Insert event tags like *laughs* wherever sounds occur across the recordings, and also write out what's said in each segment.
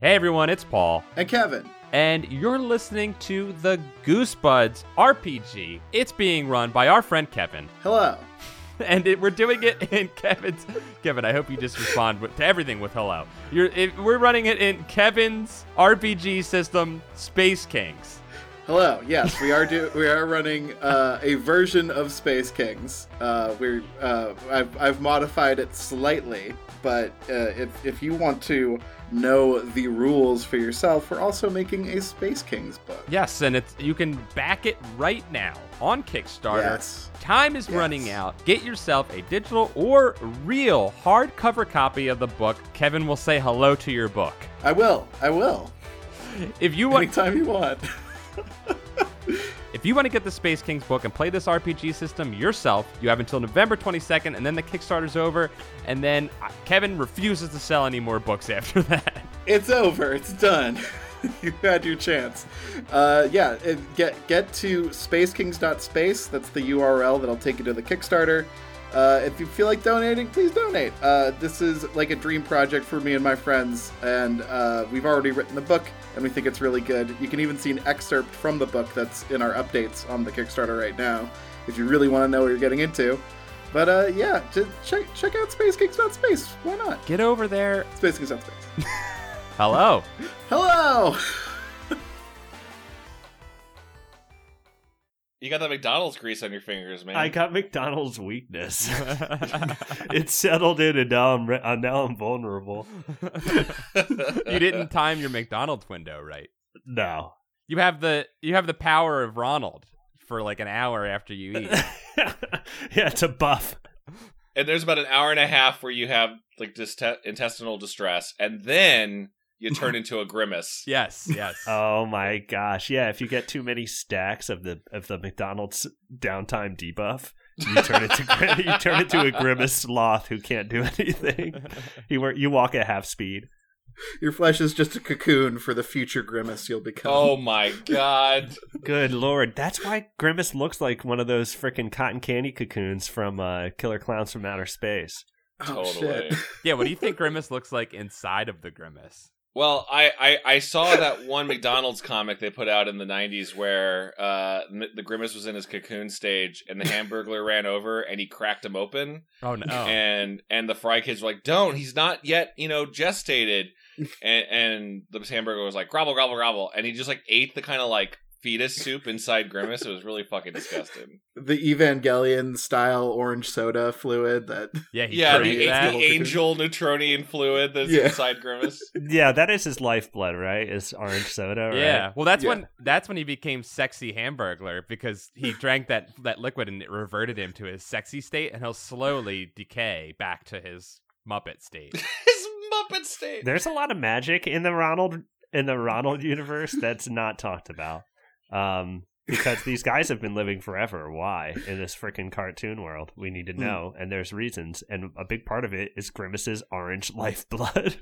Hey everyone, it's Paul, And Kevin, and you're listening to the Goosebuds RPG. It's being run by our friend Kevin, *laughs* hello. and it, we're doing it in *laughs* Kevin's. Kevin, I hope you just respond with, to everything with hello. You're, it, we're running it in Kevin's RPG system, Space Kings. Hello. Yes, we are do we are running uh, a version of Space Kings. Uh, we're uh, I've, I've modified it slightly, but uh, if if you want to know the rules for yourself, we're also making a Space Kings book. Yes, and it's you can back it right now on Kickstarter. Yes. Time is Yes. running out. Get yourself a digital or real hardcover copy of the book. Kevin will say hello to your book. I will. I will. If you want Anytime you want. *laughs* If you want to get the Space Kings book and play this RPG system yourself, you have until November 22nd, and then the Kickstarter's over, and then uh, Kevin refuses to sell any more books *laughs* after that. it's over. It's done. *laughs* you had your chance. Uh, yeah, it, get get to spacekings.space. That's the URL that'll take you to the Kickstarter. Uh, if you feel like donating, please donate. Uh, this is like a dream project for me and my friends, and uh, we've already written the book, and we think it's really good. You can even see an excerpt from the book that's in our updates on the Kickstarter right now, if you really want to know what you're getting into. But uh, yeah, just check check out spacekings.space. Why not? Get over there. Spacekings.space. *laughs* Hello. Hello. *laughs* You got that McDonald's grease on your fingers, man. I got McDonald's weakness. *laughs* it settled in, and now I'm re- uh, now I'm vulnerable. you didn't time your McDonald's window right. No, *laughs* You have the you have the power of Ronald for like an hour after you *laughs* eat. yeah, it's a buff. And there's about an hour and a half where you have like dist- intestinal distress, and then *laughs* you turn into a grimace. yes, yes. Oh my gosh, yeah. If you get too many stacks of the of the McDonald's downtime debuff, you turn into gr- *laughs* you turn into a grimace sloth who can't do anything. You wor- you walk at half speed. Your flesh is just a cocoon for the future grimace you'll become. Oh my god! Good lord, that's why grimace looks like one of those freaking cotton candy cocoons from uh, Killer Clowns from Outer Space. *laughs* Oh, totally. shit. yeah, what do you think Grimace looks like inside of the Grimace? Well, I, I I saw that one McDonald's comic they put out in the '90s where uh, m- the grimace was in his cocoon stage, and the Hamburglar ran over and he cracked him open, Oh no. and and the fry kids were like, "Don't! He's not yet, you know, gestated." and, and the hamburger was like, "Gobble, gobble, gobble," and he just like ate the kind of like fetus soup inside grimace. It was really fucking disgusting. The Evangelion style orange soda fluid that yeah, he yeah, created the, that. the angel neutronium fluid that's Yeah. inside grimace. Yeah, that is his lifeblood, right? Is orange soda, right? Yeah. Well, that's Yeah. when that's when he became sexy Hamburglar because he drank that that liquid and it reverted him to his sexy state, and he'll slowly decay back to his Muppet state. His Muppet state. There's a lot of magic in the Ronald in the Ronald universe that's not talked about. Um because these guys have been living forever. Why? In this freaking cartoon world. We need to Hmm. know. And there's reasons. And a big part of it is Grimace's orange *laughs* lifeblood.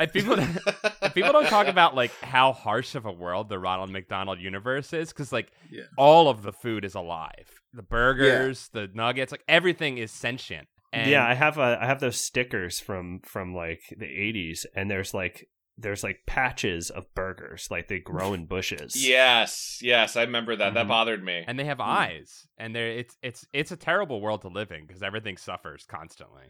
And people *laughs* people don't *laughs* talk about like how harsh of a world the Ronald McDonald universe is because like Yeah. all of the food is alive, the burgers, the nuggets, like everything is sentient. And yeah, I have uh, I have those stickers from from like the 80s and there's like there's like patches of burgers like they grow in bushes. *laughs* Yes, yes, I remember that. That Mhm. bothered me. Mm-hmm. and they have eyes, and they're it's it's it's a terrible world to live in because everything suffers constantly.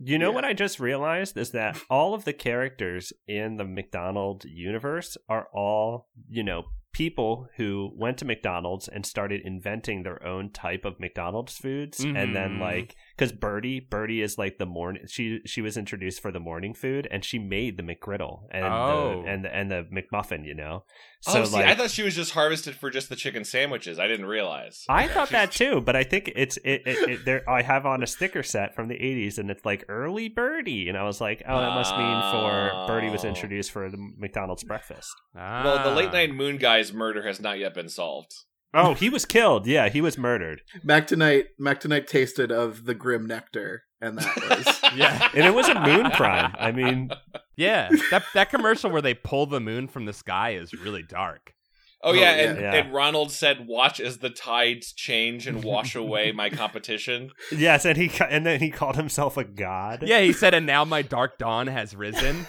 You know Yeah. what I just realized *laughs* is that all of the characters in the McDonald universe are all, you know, people who went to McDonald's and started inventing their own type of McDonald's foods and then Mm-hmm. Mhm. like cuz Birdie, Birdie is like the morning she she was introduced for the morning food and she made the McGriddle and Oh. the, and the, and the McMuffin, you know. oh, see, I thought she was just harvested for just the chicken sandwiches. I didn't realize. I thought that too, but I think it's it, it, it there. I have on a sticker set from the '80s, and it's like early birdie, and I was like, oh, that must mean for birdie was Oh. introduced for the McDonald's breakfast. Well, the late Ah. night moon guy's murder has not yet been solved. Oh, he was killed. Yeah, he was murdered, Mac tonight. Mac tonight tasted of the grim nectar, and that was *laughs* Yeah. and it was a moon crime. I mean, Yeah, that that commercial where they pull the moon from the sky is really dark. Oh yeah, Oh, yeah. And, Yeah. and Ronald said, "Watch as the tides change and wash away *laughs* my competition." yes, and he ca- and then he called himself a god. Yeah, he said, and now my dark dawn has risen.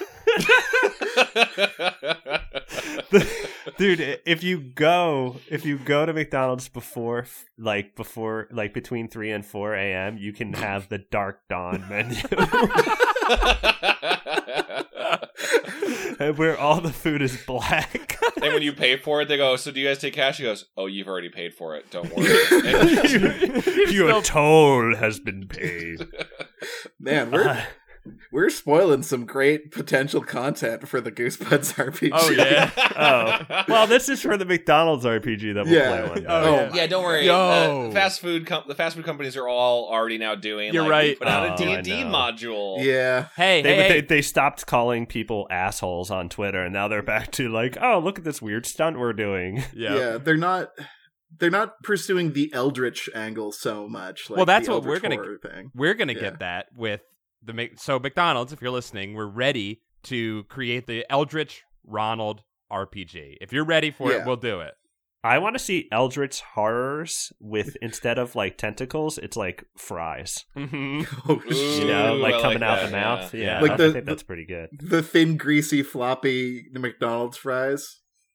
*laughs* dude if you go if you go to mcdonald's before like before like between 3 and 4 a.m you can have the dark dawn menu *laughs* and where all the food is black *laughs* and when you pay for it, they go, "So do you guys take cash?" He goes, "Oh, you've already paid for it. Don't worry." *laughs* *laughs* And- your toll has been paid Man, we're Uh, we're spoiling some great potential content for the Goosebuds *laughs* RPG. Oh, yeah. oh well this is for the mcdonald's rpg that we'll Yeah. play one day. Oh, yeah. *laughs* Yeah, don't worry. Yo. Uh, fast food com- the fast food companies are all already now doing. You're like, right. we Put out Oh, a D and D I know. module. Yeah. Hey, They, hey, they, hey. they stopped calling people assholes on Twitter, and now they're back to like, oh, look at this weird stunt we're doing. yeah. yeah they're not they're not pursuing the eldritch angle so much like Well, that's the what we're Eldritch gonna- horror *laughs* thing We're gonna Yeah. get that with the Mc- so McDonald's. If you're listening, we're ready to create the Eldritch Ronald RPG. If you're ready for Yeah. it, we'll do it. *laughs* I want to see Eldritch horrors with instead of like tentacles, it's like fries. hmm *laughs* oh Ooh, You shit. know, like I like coming out that, the mouth. yeah. Yeah, Yeah. Like I the- think that's pretty good. the thin greasy floppy mcdonald's fries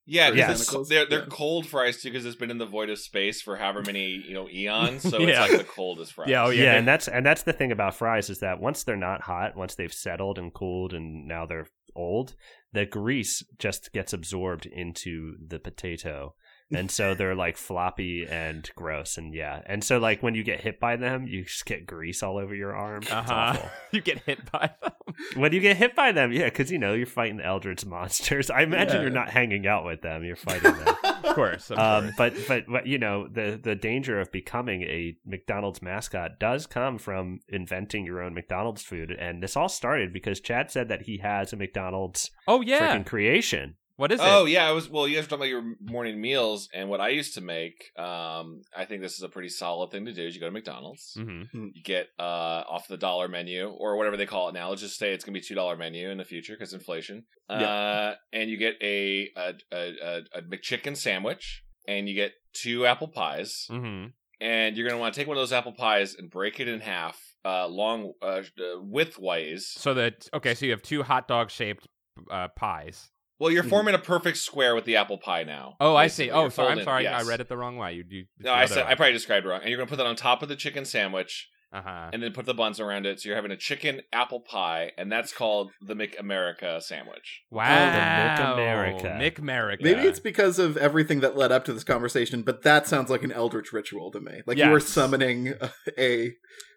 Yeah, 'cause Yes. it's- they're they're Yeah. cold fries too because it's been in the void of space for however many you know eons, *laughs* so Yeah. it's like the coldest fries. Yeah, oh, yeah, they- and that's and that's the thing about fries is that once they're not hot, once they've settled and cooled, and now they're old, the grease just gets absorbed into the potato, and so they're like floppy and gross, and yeah, and so like when you get hit by them, you just get grease all over your arm. It's Uh huh. awful. You get hit by them. When you get hit by them, yeah, because you know you're fighting the eldritch monsters. I imagine Yeah. you're not hanging out with them; you're fighting them. Of course. Of um, course. but, but but you know the the danger of becoming a McDonald's mascot does come from inventing your own McDonald's food, and this all started because Chad said that he has a McDonald's Oh yeah. freaking creation. What is Oh it? yeah, I was well. You guys were talking about your morning meals and what I used to make. Um, I think this is a pretty solid thing to do. Is you go to McDonald's, hmm you get uh off the dollar menu or whatever they call it now. Let's just say it's gonna be two dollar menu in the future because inflation. Uh, and you get a a, a a a McChicken sandwich and you get two apple pies hmm and you're gonna want to take one of those apple pies and break it in half, uh, long uh, uh, widthways. So that okay. So you have two hot dog shaped uh, pies. Well, you're Mhm. forming a perfect square with the apple pie now. Hmm. Oh, I see. basically. Oh, You're sorry. I'm folding- sorry. yes. I read it the wrong way. You. you No, I said I probably described it wrong. And you're gonna put that on top of the chicken sandwich, Uh huh. and then put the buns around it. So you're having a chicken apple pie, and that's called the McAmerica sandwich. Wow. America. Mick *laughs* America. maybe it's because of everything that led up to this conversation but that sounds like an eldritch ritual to me like you were Yes. summoning a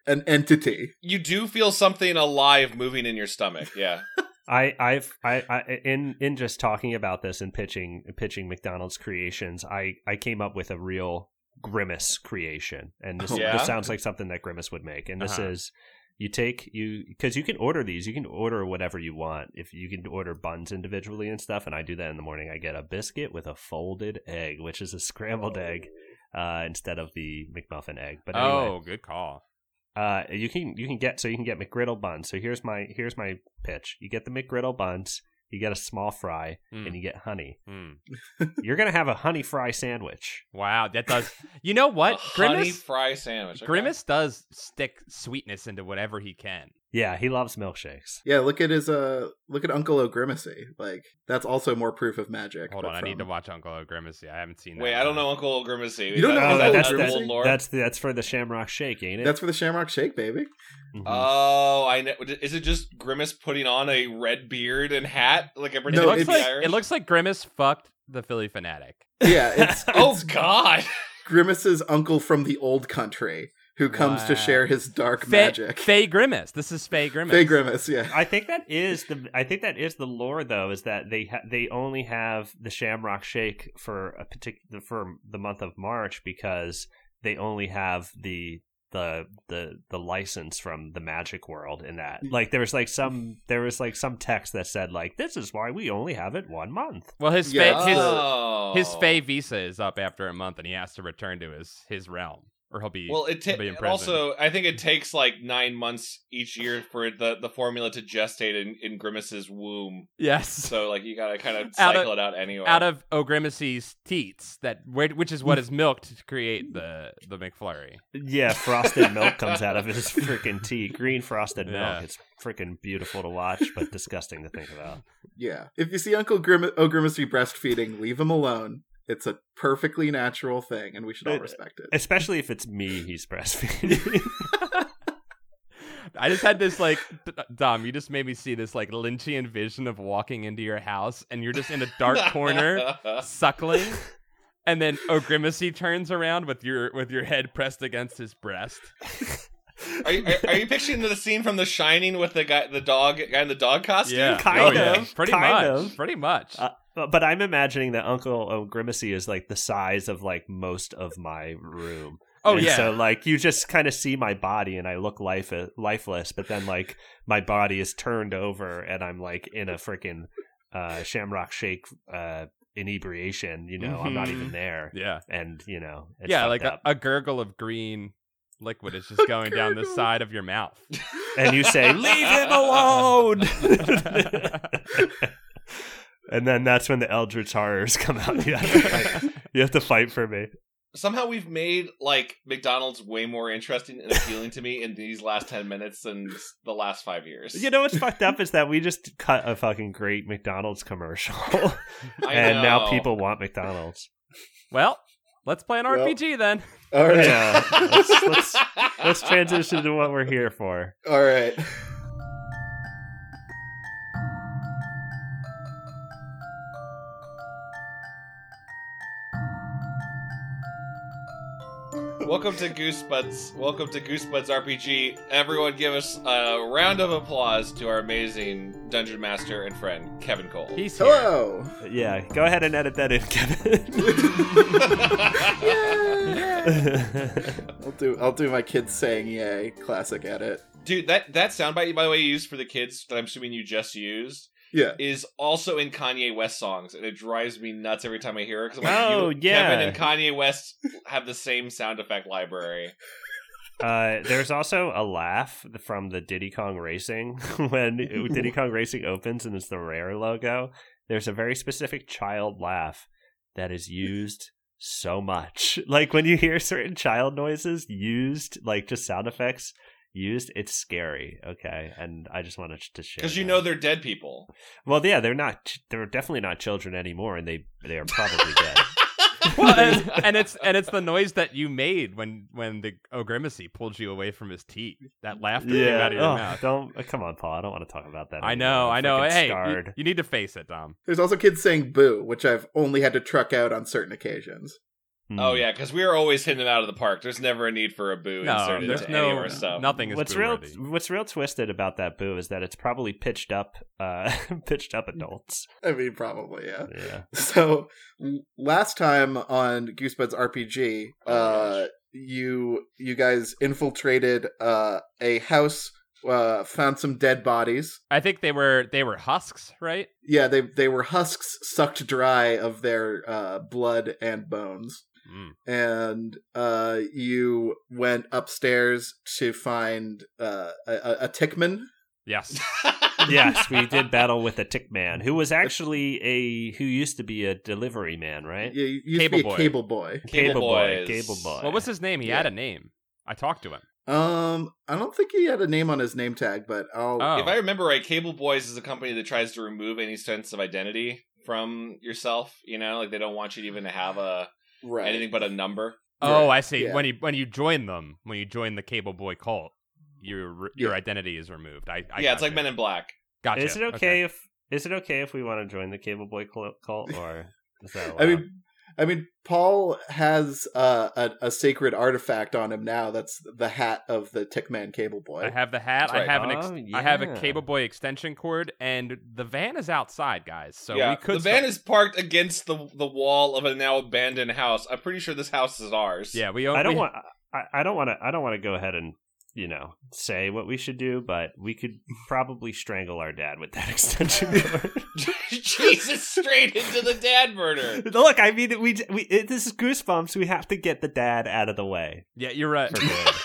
an entity You do feel something alive moving in your stomach. Yeah, I I've I, I in in just talking about this and pitching pitching McDonald's creations, I I came up with a real grimace creation, and this, Yeah? this sounds like something that grimace would make. And this Oh, Uh-huh. is you take you because you can order these, you can order whatever you want. If you can order buns individually and stuff, and I do that in the morning. I get a biscuit with a folded egg, which is a scrambled egg uh, instead of the McMuffin egg. But anyway, Oh, good call. uh, you can you can get so you can get McGriddle buns. So here's my here's my pitch. You get the McGriddle buns, you get a small fry, Mm, and you get honey. mm. You're gonna have a honey fry sandwich. Wow, that *laughs* does. You know *laughs* what? A honey Grimace. fry sandwich. okay. Grimace does stick sweetness into whatever he can. Yeah, he loves milkshakes. yeah look at his uh look at uncle o'grimacy like that's also more proof of magic Hold but on, I need to from- watch Uncle O Grimace. Yeah, I haven't seen that. Wait, in I a don't know while. Uncle Grimacy. You don't know Oh, Uncle that's Grimacy? that's, old that's that's for the Shamrock Shake, ain't it? that's for the shamrock shake baby *laughs* Mhm. Oh, I know. Is it just Grimace putting on a red beard and hat like a It No, looks it's- like it looks like Grimace fucked the Philly fanatic. yeah *laughs* it's Oh *laughs* God! grimace's uncle from the old country who comes to Wow. share his dark Fey- magic Fey Grimace. This is Fey Grimace. Fey Grimace, yeah. I think that is the I think that is the lore though is that they ha- they only have the Shamrock Shake for a particular for the month of March because they only have the the the the license from the magic world in that like there was like *laughs* some there was like some text that said like this is why we only have it one month Well, his Yeah, Fey, it's his the- oh. his Fey visa is up after a month, and he has to return to his his realm. or he'll be Well, it he'll be in ta- prison. also I think it takes like nine months each year for the the formula to gestate in, in Grimace's womb. yes. So like you gotta kind of *laughs* Out of- cycle it out anyway. out *laughs* of O'Grimacy's teats, that where- which is what is milked to create the the McFlurry. Yeah, frosted milk comes out of his freaking tea. Green frosted Yeah. milk. It's freaking beautiful to watch, but disgusting to think about. Yeah. If you see Uncle Grim- O'Grimacy breastfeeding, leave him alone. It's a perfectly natural thing, and we should all It- respect it. Especially if it's me he's *laughs* breastfeeding. I just had this like, *laughs* D- Dom, you just made me see this like Lynchian vision of walking into your house and you're just in a *laughs* dark corner suckling, and then O'Grimacy turns around with your with your head pressed against his breast. Are you, are, are you picturing the scene from The Shining with the guy, the dog guy in the dog costume? Kind Oh, yeah. of, pretty kind much, of. pretty much. Uh, But but I'm imagining that Uncle O'Grimacy is like the size of like most of my room. oh And yeah, So like you just kind of see my body and I look life lifeless, but then like my body is turned over and I'm like in a freaking uh, Shamrock Shake uh, inebriation. You know, I'm not Mhm. even there, yeah, and you know, it's yeah. Like fucked a, up. a gurgle of green liquid is *laughs* just going down the gurgle. side of your mouth. and you *laughs* say, *laughs* "Leave him alone." *laughs* and then that's when the Eldritch horrors come out. *laughs* You have to fight, you have to fight for me. Somehow we've made like McDonald's way more interesting and appealing to me in these last ten minutes than s- the last five years. You know what's fucked up is that we just cut a fucking great McDonald's commercial, *laughs* I *laughs* and now know. *laughs* people want McDonald's. Well, let's play an Well, RPG then. All right. Yeah, let's, let's, let's transition to what we're here for. *laughs* All right. *laughs* Welcome to Goosebuds. Welcome to Goosebuds RPG. Everyone, give us a round of applause to our amazing dungeon master and friend Kevin Cole. He's here. Hello. Yeah, go ahead and edit that in, *laughs* Kevin. *laughs* I'll do. I'll do my kids saying "yay" classic edit. Dude, that that soundbite by the way you used for the kids that I'm assuming you just used Yeah. is also in Kanye West songs, and it drives me nuts every time I hear it. 'cause I'm Oh, you- yeah. Kevin and Kanye West have the same sound effect library. uh, there's also a laugh from the Diddy Kong Racing *laughs* when Diddy Kong Racing opens and it's the rare logo. There's a very specific child laugh that is used so much. *laughs* Like when you hear certain child noises used, like just sound effects used, it's scary. Okay, and I just wanted to share Because you that. know they're dead people. Well, yeah, they're not. ch- They're definitely not children anymore, and they they are probably *laughs* dead. *laughs* well, and, and it's and it's the noise that you made when when the O'Grimacy pulled you away from his teeth. That laughter came out of your Ugh, mouth. Don't uh, come on, Paul. I don't want to talk about that. I anymore. know, I I'm know. freaking Hey, you, Oh, scarred. you need to face it, Dom. There's also kids saying "boo," which I've only had to truck out on certain occasions. Hmm. *laughs* Oh yeah, because we are always hitting them out of the park. There's never a need for a boo No, inserted there's into any of no our stuff. nothing is What's real? boo-worthy. What's real twisted about that boo is that it's probably pitched up, uh, *laughs* pitched up adults. I mean, probably yeah. *laughs* Yeah. So l- last time on Goosebuds RPG, Oh my uh, gosh. you you guys infiltrated uh, a house, uh, found some dead bodies. I think they were they were husks, right? Yeah, they they were husks sucked dry of their uh, blood and bones, Mm. and uh, you went upstairs to find uh, a, a- a Tickman. *laughs* Yes. *laughs* *laughs* yes, we did battle with a tick man who was actually a who used to be a delivery man, right? You you used Cable to be a boy. cable boy. Cable boy, boys. cable boy. what was his name? He Yeah. had a name. I talked to him. Um, I don't think he had a name on his name tag, but I'll. Oh, If I remember right, Cable Boys is a company that tries to remove any sense of identity from yourself. You know, like they don't want you to even have a right. anything but a number. oh, I see. Yeah. When you when you join them, when you join the Cable Boy cult, your your Yeah. identity is removed. I, I yeah, it's gotcha. like Men in Black. Gotcha. Is it okay, if is it okay if we want to join the cable boy cl- cult or is that *laughs* I allowed? mean, I mean, Paul has uh, a, a sacred artifact on him now. That's the hat of the Tickman Cable Boy. I have the hat. That's right. I have an. Ex- Oh, I have a yeah. cable boy extension cord, and the van is outside, guys. So yeah, we could. the van start- is parked against the the wall of a now abandoned house. I'm pretty sure this house is ours. yeah, we. Own, I don't we- want. I, I don't want to. I don't want to go ahead and you know, say what we should do, but we could probably strangle our dad with that *laughs* extension cord. *laughs* Jesus, straight into the dad murder. *laughs* Look, I mean, we, we it, this is goosebumps. We have to get the dad out of the way *laughs* Yeah, you're right. for good.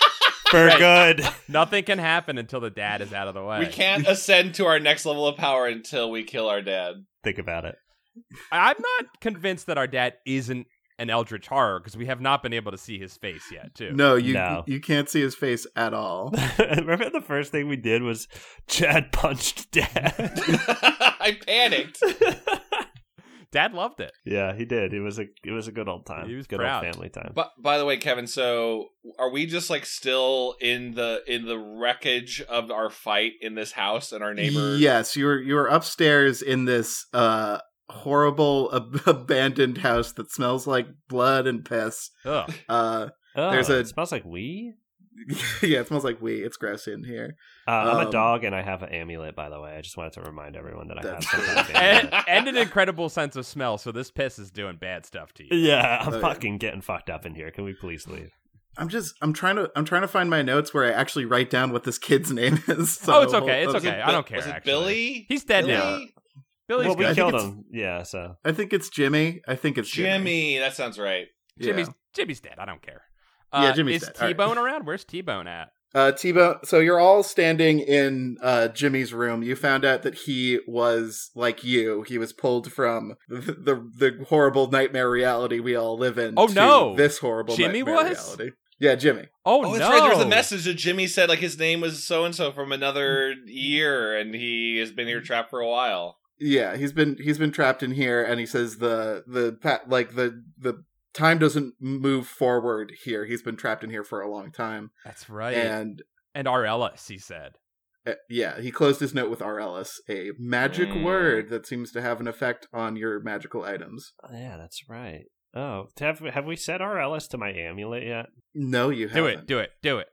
for Right. good. *laughs* *laughs* Nothing can happen until the dad is out of the way. We can't ascend to our next level of power until we kill our dad. *laughs* Think about it. *laughs* I- I'm not convinced that our dad isn't an eldritch horror because we have not been able to see his face yet, too. No, you No. you can't see his face at all. Remember the first thing we did was Chad punched *laughs* dad. I panicked. Dad loved it. yeah, he did. It was a it was a good old time. He was good proud. old family time. But by the way, Kevin, so are we just like still in the in the wreckage of our fight in this house and our neighbor? Yes, you were you were upstairs in this uh horrible ab- *laughs* abandoned house that smells like blood and piss. Ugh. *laughs* Uh *laughs* oh, there's a- it smells like we. yeah, it smells like wee. It's gross in here. Uh, I'm Um, a dog and I have an amulet. By the way, I just wanted to remind everyone that I have That's some kind of *laughs* and, amulet. and an incredible sense of smell, so this piss is doing bad stuff to you. Yeah, I'm Oh, yeah. fucking getting fucked up in here. Can we please leave? I'm just I'm trying to I'm trying to find my notes where I actually write down what this kid's *laughs* name is. So Oh, it's okay, it's hold- Was it okay. I don't Bi- Was care, it actually. Billy? He's dead Billy? now. Billy's well, we good. I think killed it's- him. Yeah, so I think it's Jimmy. I think it's Jimmy. Jimmy. That sounds right. Yeah. Jimmy's, Jimmy's dead. I don't care. Uh, Yeah, Jimmy's is dead. All right. T-Bone around? Where's T-Bone at? Uh, T-Bone, so you're all standing in uh, Jimmy's room. You found out that he was like you. He was pulled from the the, the horrible nightmare reality we all live in. Oh, to no. This horrible Jimmy nightmare was? reality. Yeah, Jimmy. Oh, Oh, no. that's right. There's a message that Jimmy said like his name was so and so from another year, and he has been here trapped for a while. Yeah, he's been he's been trapped in here, and he says the the pa- like the the time doesn't move forward here. He's been trapped in here for a long time, That's right. And, and R. Ellis, he said. uh, yeah, he closed his note with RLS, a magic Mm. word that seems to have an effect on your magical items. yeah, that's right. Oh, have have we set RLS to my amulet yet? No, you haven't. Do it, do it, do it.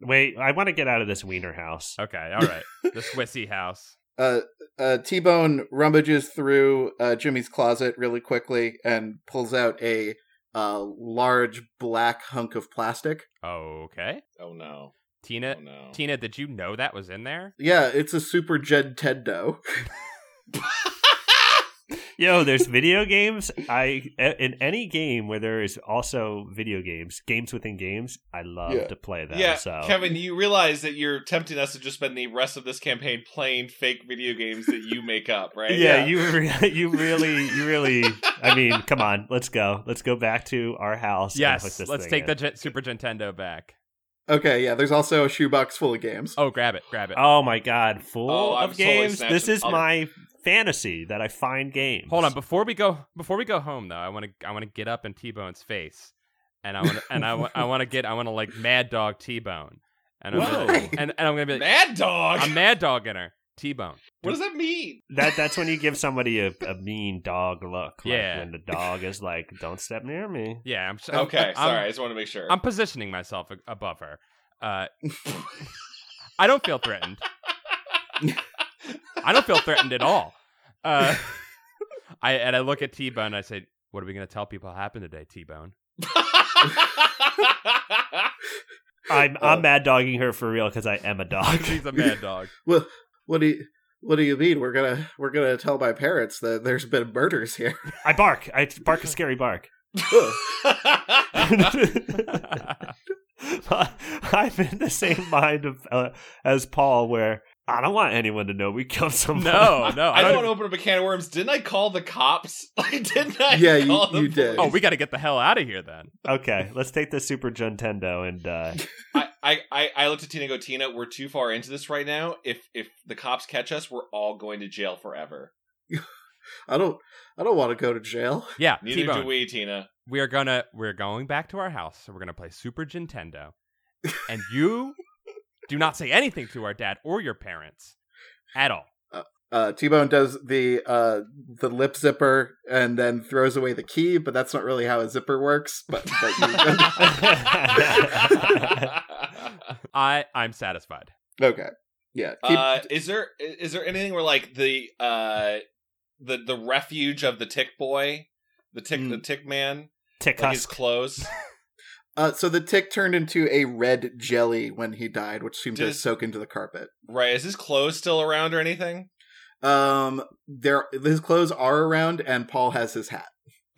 Wait, I want to get out of this wiener house. Okay, all right. the *laughs* Swissy house. uh, uh, T Bone rummages through uh, Jimmy's closet really quickly and pulls out a uh, large black hunk of plastic. Okay. Oh no! Tina, oh no! Tina, did you know that was in there? Yeah, it's a Super Jed Teddo. *laughs* Yo, there's video games. I e, in any game where there is also video games, games within games. I love Yeah. to play *laughs* them. yeah, so Kevin, you realize that you're tempting us to just spend the rest of this campaign playing fake video games that you make up, *laughs* right? yeah, yeah. you re- *laughs* you really you really. I mean, come on, let's go. Let's go back to our house. and hook Yes. this Let's thing take in. the Gen- Super Nintendo back. Okay, yeah, there's also a shoebox full of games. Oh, grab it, grab it. Oh my god, full Oh, I'm of totally games. snatching this is other- my fantasy that I find games. Hold on, before we go, before we go home though, I want to, I want to get up in T-Bone's face, and I want, and I, wa- I want to get, I want to like Mad Dog T-Bone, and I'm, Whoa. gonna, and, and I'm gonna be like, Mad Dog. I'm Mad Dogging her, T-Bone. what does that mean? That *laughs* that's when you give somebody a, a mean dog look. Like Yeah. when the dog is like, "Don't step near me." Yeah, I'm s- I'm- Okay, I'm- sorry. I just want to make sure. *laughs* I'm *laughs* positioning myself a- above her. Uh, I don't feel threatened. I don't feel threatened at all. Uh, I and I look at T Bone. and I say, "What are we going to tell people happened today, T Bone?" I'm Uh, I'm mad dogging her for real because I am a *laughs* dog. He's a mad dog. Well, what do you what do you mean? We're gonna we're gonna tell my parents that there's been murders here. *laughs* I bark. I bark a scary bark. *laughs* I'm in the same mind of, uh, as Paul, where I don't want anyone to know we killed someone. No, no, I don't want to open up a can of worms. Didn't I call the cops? *laughs* Like, didn't I? Yeah, you- call the you did. Oh, police? we got to get the hell out of here then. *laughs* Okay, let's take the Super Nintendo and uh, I, I, I- I looked at Tina. and Go, Tina. We're too far into this right now. If if the cops catch us, we're all going to jail forever. I don't I don't want to go to jail. Yeah, Neither T Bone. do We. we, Tina. *laughs* are gonna we're going back to our house. So we're gonna play Super Nintendo, and *laughs* you do not say anything to our dad or your parents at *laughs* all. Uh, T Bone does the uh, the lip zipper and then throws away the key, but that's not really how a zipper works. But, but you, *laughs* I I'm satisfied. okay, yeah. Keep- uh, is there is there anything where like the uh the the refuge of the tick boy, the tick Mm. the tick man, Tick like his Husk. clothes? Uh, so the tick turned into a red jelly when he died, which seemed to Did- soak into the carpet. Right? Is his clothes still around or anything? Um, there, his clothes are around, and Paul has his hat.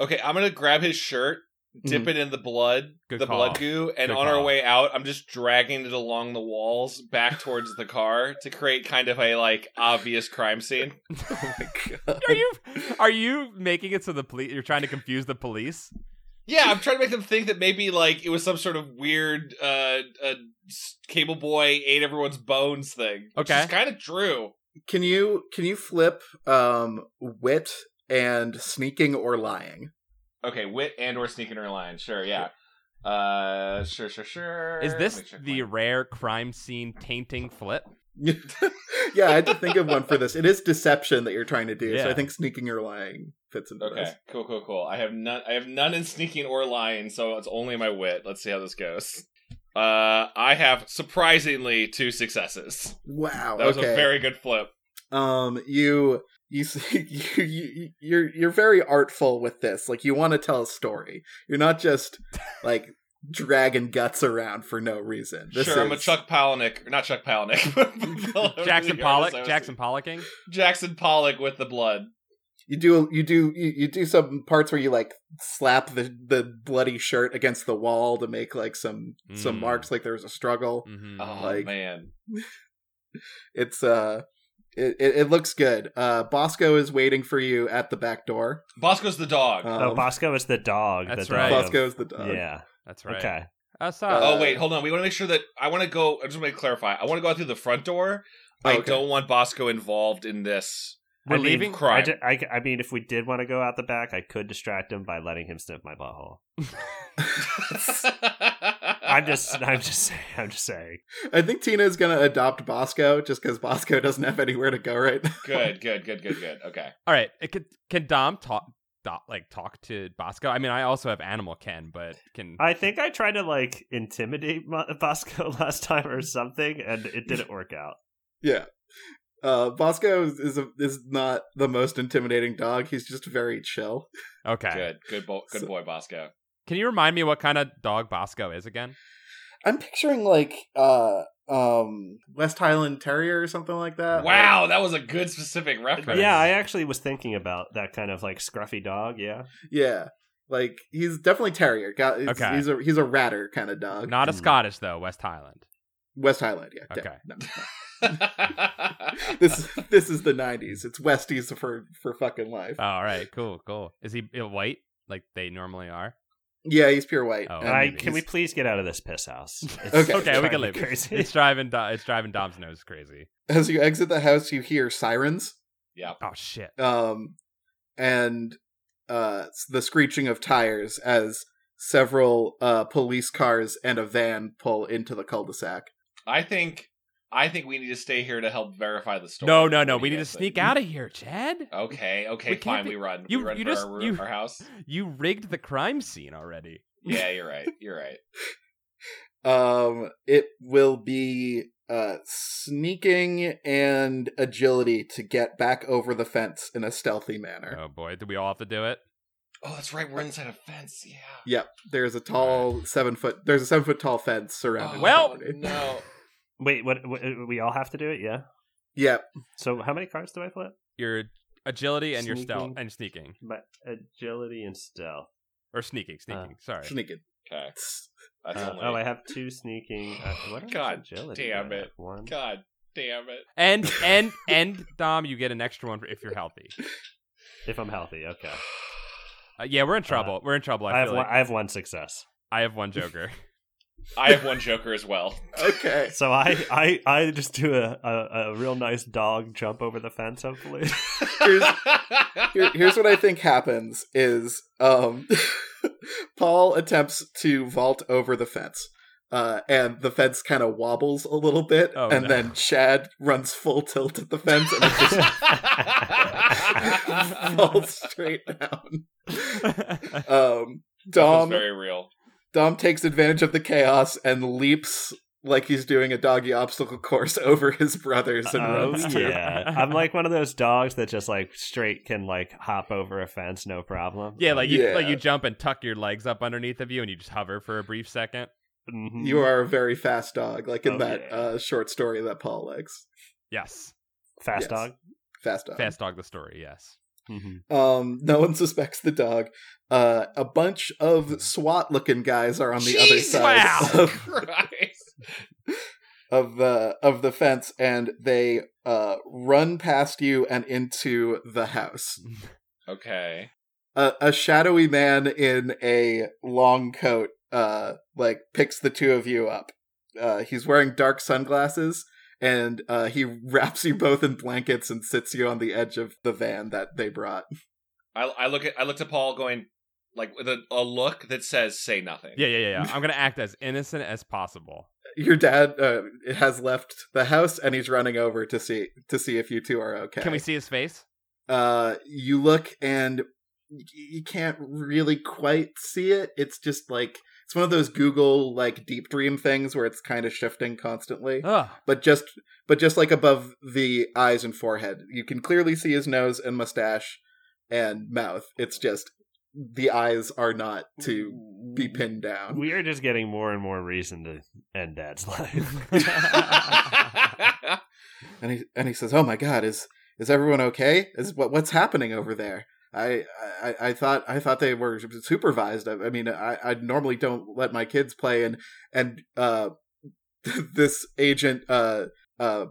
Okay, I'm gonna grab his shirt, dip it in the blood, Good the call. blood goo, and Good on our call. way out, I'm just dragging it along the walls back towards the car to create kind of a like obvious crime scene. Oh my god! *laughs* Are you are you making it so the police? You're trying to confuse the police. Yeah, I'm trying to make them think that maybe like it was some sort of weird uh, uh s- cable boy ate everyone's bones thing. Okay. it's kind of true. Can you can you flip um wit and sneaking or lying? Okay, wit and or sneaking or lying. Sure, yeah. Uh, sure, sure, sure. Is Let this me check the my- rare crime scene tainting flip? *laughs* yeah, I had to think of one for this. It is deception that you're trying to do, so Yeah. I think sneaking or lying fits into Okay, this. cool, cool, cool. I have none. I have none in sneaking or lying, so it's only my wit. Let's see how this goes. Uh, I have surprisingly two successes. Wow, That was okay. a very good flip. um you you, s- *laughs* you you you're you're very artful with this like you want to tell a story you're not just like dragging guts around for no reason this sure, I'm a is- Chuck Palahniuk, not Chuck Palahniuk, *laughs* but- Jackson the artist Pollock. I was- Jackson Pollocking. Jackson Pollock with the blood. you do you do you, you do some parts where you like slap the the bloody shirt against the wall to make like some some Mm. marks like there was a struggle Mhm. Oh Like- man, it's uh it, it, it looks good uh bosco is waiting for you at the back door Bosco's the dog. um, oh, Bosco is the dog. That's the right. dog of- bosco is the dog Yeah. That's right. Okay. I saw. Uh, oh wait, hold on. We want to make sure that I want to go. I just want to clarify. I want to go out through the front door. Oh, I okay. don't want Bosco involved in this. We're I mean, leaving? I, Crime. ju- I, I mean, if we did want to go out the back, I could distract him by letting him sniff my butthole. *laughs* *laughs* I'm just, I'm just saying, I'm just saying. I think Tina is gonna adopt Bosco just because Bosco doesn't have anywhere to go right *laughs* now. good, good, good, good, good. Okay. All right. It could, can Dom talk? Dom, like talk to Bosco. I mean, I also have animal Ken, but can I think I tried to like intimidate Mo- Bosco *laughs* last time or something, and it didn't work out. Yeah. Uh, Bosco is is, a, is not the most intimidating dog. He's just very chill. okay. Good. Good bo- good So- boy, Bosco. Can you remind me what kind of dog Bosco is again? I'm picturing like uh um West Highland Terrier or something like Uh, that. Wow, that was a good specific reference. Yeah, I actually was thinking about that kind of like scruffy dog. Yeah, Yeah. Like he's definitely terrier. Got he's, Okay. he's a he's a ratter kind of dog. Not a Mm. Scottish though. West Highland. West Highland, Uh, hmm. yeah. Okay. Yeah, no, no. This this is *laughs* the 90s. It's Westies for for fucking life. Oh, all right. Cool. Cool. Is he uh, white like they normally are? yeah, he's pure white. Oh. And I, mean, can we he's- please get out of this piss *laughs* house? It's Okay. Okay, we driving can me leave. Crazy. It's driving. Do- it's driving Dom's nose crazy. As you exit the house, you hear sirens. Oh shit. um, and uh, the screeching of tires as several uh, police cars and a van pull into the cul-de-sac. *laughs* I think I think we need to stay here to help verify the story. No, no, no. What do We uh, need to you Oh. guys sneak think? out of here, Chad. Okay, okay, We can't fine. be- we run. you- we run you for just- our, you- our *laughs* house. You rigged the crime scene already. Yeah, you're right. You're right. Um, it will be uh, sneaking and agility to get back over the fence in a stealthy manner. Oh boy, do we all have to do it? Oh, that's right. We're inside a fence. Yeah. There's a tall seven foot. There's a seven foot tall fence surrounding. Oh, the Well- property. *laughs* no. Wait, what, what? We all have to do it. Yeah. yeah. So how many cards do I flip? Your agility and your stealth Sneaking. and sneaking My agility and stealth. or sneaking, sneaking. sorry. Sneaking. Okay, that's Uh, only. oh, I have two sneaking. Uh, what is God agility? damn I it. have One. God damn it! and and and Dom, you get an extra one if you're healthy. If I'm healthy, okay. Uh, yeah, we're in trouble. we're in trouble. I, I, have feel one, like. I have one success. I have one *laughs* Joker. I have one Joker as well. *laughs* Okay. So I, I, I just do a, a, a real nice dog jump over the fence, hopefully. *laughs* *laughs* *laughs* Here, here's what I think happens is um, *laughs* Paul attempts to vault over the fence. Uh, and the fence kind of wobbles a little bit, Oh, and no. then Chad runs full tilt at the fence and it just *laughs* falls straight down. Um, That was Dom very real. Dom takes advantage of the chaos and leaps like he's doing a doggy obstacle *laughs* course over his brothers and Oh runs through. yeah, *laughs* I'm like one of those dogs that just like straight can like hop over a fence, no problem. Yeah, like you Yeah. like you jump and tuck your legs up underneath of you, and you just hover for a brief second. Mhm. You are a very fast dog, like in Oh, that yeah. uh, short story that Paul likes. Yes, fast Yes. dog. Fast dog. fast dog the story. Yes, Mhm. Um, no one suspects the dog. Uh, a bunch of SWAT-looking guys are on the other Jesus side Wow. *laughs* of, Christ. of the of the fence, and they uh, run past you and into the house. Okay. a, a shadowy man in a long coat uh like picks the two of you up uh he's wearing dark sunglasses and uh he *laughs* wraps you both in blankets and sits you on the edge of the van that they brought I, I look at I look to Paul going like with a, a look that says say nothing. *laughs* *laughs* yeah, yeah, yeah. yeah. I'm gonna act as innocent as possible. your dad uh, has left the house and he's running over to see to see if you two are okay Can we see his face? uh you look and y- you can't really quite see it it's just like it's one of those google like deep dream things where it's kind of shifting constantly Ugh. but just but just like above the eyes and forehead you can clearly see his nose and mustache and mouth it's just the eyes are not to Mm-hmm. be pinned down We are just getting more and more reason to end Dad's life. *laughs* and he and he says oh my god is is everyone okay is what what's happening over there I, I I thought I thought they were supervised. I, I mean, I, I normally don't let my kids play, and and uh, *laughs* this agent uh, uh,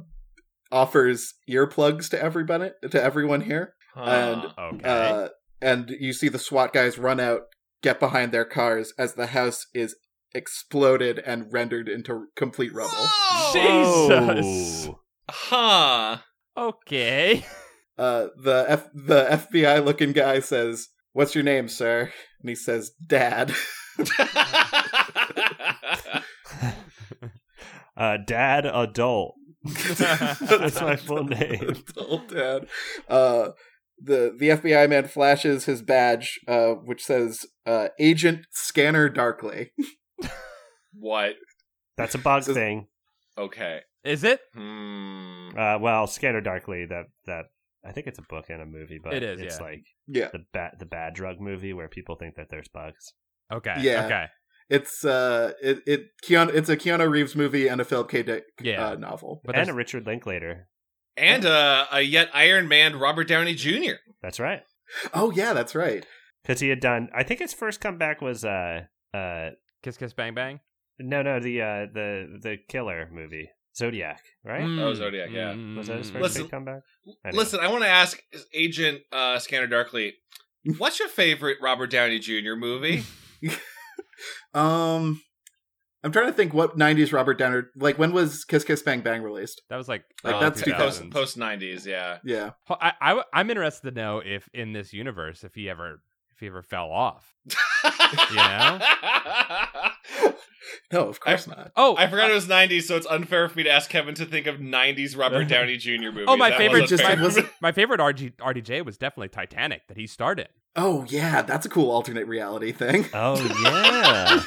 offers earplugs to everybody to everyone here, Huh. Oh, Okay. Uh, and you see the SWAT guys run out, get behind their cars as the house is exploded and rendered into *laughs* complete rubble. Whoa! Jesus. Whoa. Huh. *laughs* Okay. *laughs* Uh, the F- the FBI looking guy says, "What's your name, sir?" And he says, *laughs* "Dad." *laughs* Uh, *laughs* dad adult. That's my full name. Adult Dad. Uh, the the FBI man flashes his badge, uh, which says uh, "Agent *laughs* Scanner Darkly." what? That's a bug So- thing. Okay. Is it? Hmm. Uh, well, Scanner Darkly. That that I think it's a book and a movie, but It is, It's yeah. like Yeah, the bad the bad drug movie where people think that there's bugs. Okay. Yeah. Okay. it's uh, it it Keanu, it's a Keanu Reeves movie and a Philip K. Dick Yeah. uh, novel. But and there's- a Richard Linklater. And uh, a yet Iron Man Robert Downey Jr. That's right. Oh yeah, that's right. because he had done. I think his first comeback was uh uh kiss, kiss, bang, bang. no no the uh the the killer movie Zodiac right Oh, Zodiac, yeah. Mm-hmm. was Mm. that his first Listen- big comeback? I know. Listen, I want to ask Agent uh, Scanner Darkly, what's your favorite Robert Downey Jr. movie? Um, I'm trying to think what '90s Robert Downer like. When was Kiss Kiss Bang Bang released? That was like, Like, early that's 2000s. post post nineties. *laughs* Yeah. Yeah, Ho- I, I, I'm interested to know if in this universe, if he ever, if he ever fell off. no, of course not. Oh, *laughs* I forgot it was nineties, so it's unfair for me to ask Kevin to think of nineties *laughs* Robert Downey Jr. movies. Oh, my That favorite wasn't just- *laughs* fair. was it- My favorite RG, RDJ was definitely Titanic that he started. Oh yeah, that's a cool alternate reality thing. *laughs* Oh *laughs*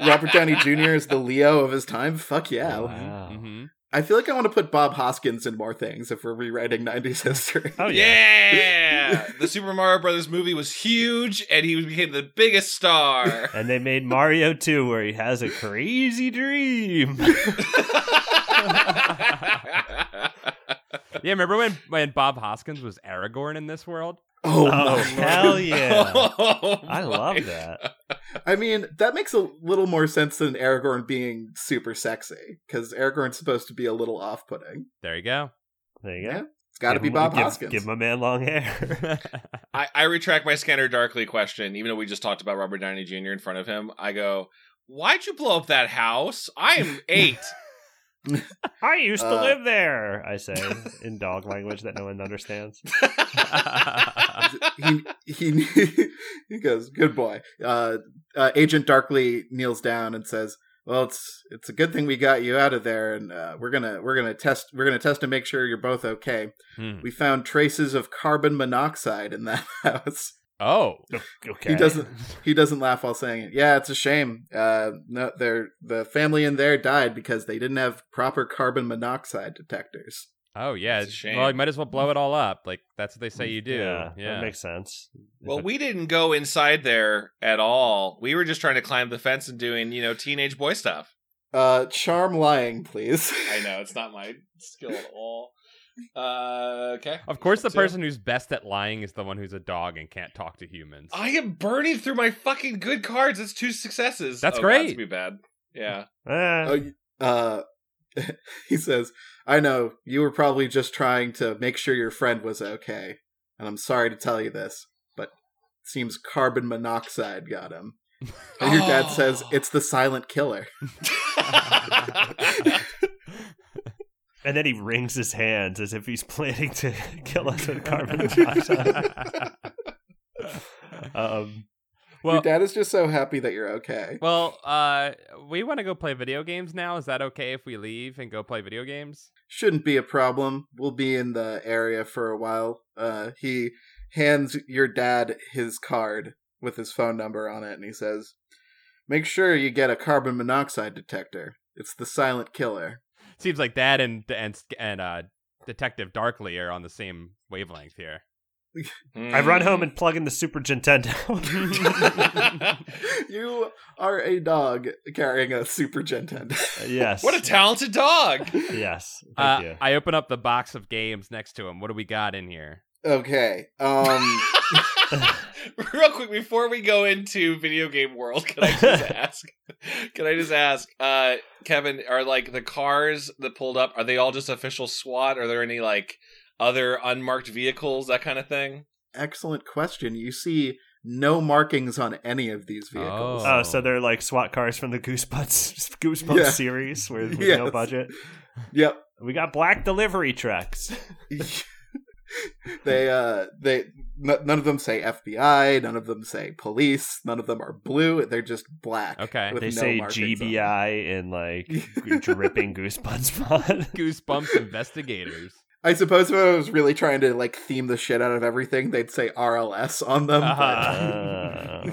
yeah, Robert Downey Jr. is the Leo of his time. Fuck yeah. mm-hmm, Wow. hmm I feel like I want to put Bob Hoskins in more things if we're rewriting 90s history. oh yeah. Yeah, the Super Mario Brothers movie was huge, and he became the biggest star. *laughs* And they made Mario 2 where he has a crazy dream. Yeah, remember when, when Bob Hoskins was Aragorn in this world? *laughs* Oh, Oh my hell lord. *laughs* yeah! *laughs* Oh, my. I love that. I mean, that makes a little more sense than Aragorn being super sexy, because Aragorn's supposed to be a little off putting. There you go. There you go. Yeah. It's got to Give be him- Bob give, Hoskins. Give my man long hair. I, I retract my Scanner Darkly question, even though we just talked about Robert Downey Jr. in front of him. I go, Why'd you blow up that house? I am *laughs* eight. I used to Uh, live there. I say in dog language that no *laughs* one understands. he he *laughs* he goes, "Good boy." Uh, uh, Agent Darkly kneels down and says, "Well, it's it's a good thing we got you out of there, and uh, we're gonna we're gonna test we're gonna test to make sure you're both okay. Hmm. We found traces of carbon monoxide in that *laughs* house. *laughs* Oh, Okay. He doesn't. He doesn't laugh while saying it. Yeah, it's a shame. Uh, no, their the family in there died because they didn't have proper carbon monoxide detectors. oh yeah. That's a shame. Well, you might as well blow it all up. Like that's what they say you do. Yeah, Yeah. that makes sense. *laughs* Well, we didn't go inside there at all. We were just trying to climb the fence and doing, you know, teenage boy stuff. Uh, charm lying, please. *laughs* I know it's not my skill at all. Uh, okay. of course, the Two. person who's best at lying is the one who's a dog and can't talk to humans. I am burning through my fucking good cards. That's two successes. That's Oh, great. That's be bad. *laughs* Yeah. Eh, Oh, y- uh, *laughs* he says, "I know you were probably just trying to make sure your friend was okay, and I'm sorry to tell you this, but it seems carbon monoxide got him." And your dad says, "It's the silent killer." and then he wrings his hands as if he's *laughs* planning to kill us with carbon *laughs* monoxide. um, well, your dad is just so happy that you're okay. well, uh, we want to go play video games now. Is that okay if we leave and go play video games? shouldn't be a problem. We'll be in the area for a while. Uh, he hands your dad his card with his phone number on it, and he says, "Make sure you get a carbon monoxide detector. It's the silent killer." Seems like Dad and and and uh, Detective Darkly are on the same wavelength here. I run home and plug in the *laughs* Super Nintendo. *laughs* *laughs* you are a dog carrying a super gentend. yes. what a talented dog. yes. Uh, Thank you. I open up the box of games next to him. What do we got in here? okay. Um. *laughs* Real quick, before we go into video game world, can *laughs* I just ask? Can I just ask, uh, Kevin, are like the cars that pulled up, are they all just official SWAT? Are there any like other unmarked vehicles, that kind of thing? *laughs* Excellent question. You see no markings on any of these vehicles. Oh, so they're like SWAT cars from the Goosebumps *laughs* Goosebumps Yeah. series with, with no Yes. budget. Yep. *laughs* We got black delivery trucks. they uh they n- none of them say FBI, none of them say police, none of them are blue. They're just black. Okay. with they no say markings on them. GBI *laughs* in like g- dripping Goosebumps *laughs* *laughs* font. Goosebumps investigators. I suppose if I was really trying to like theme the shit out of everything, they'd say RLS on Um, them. Uh-huh.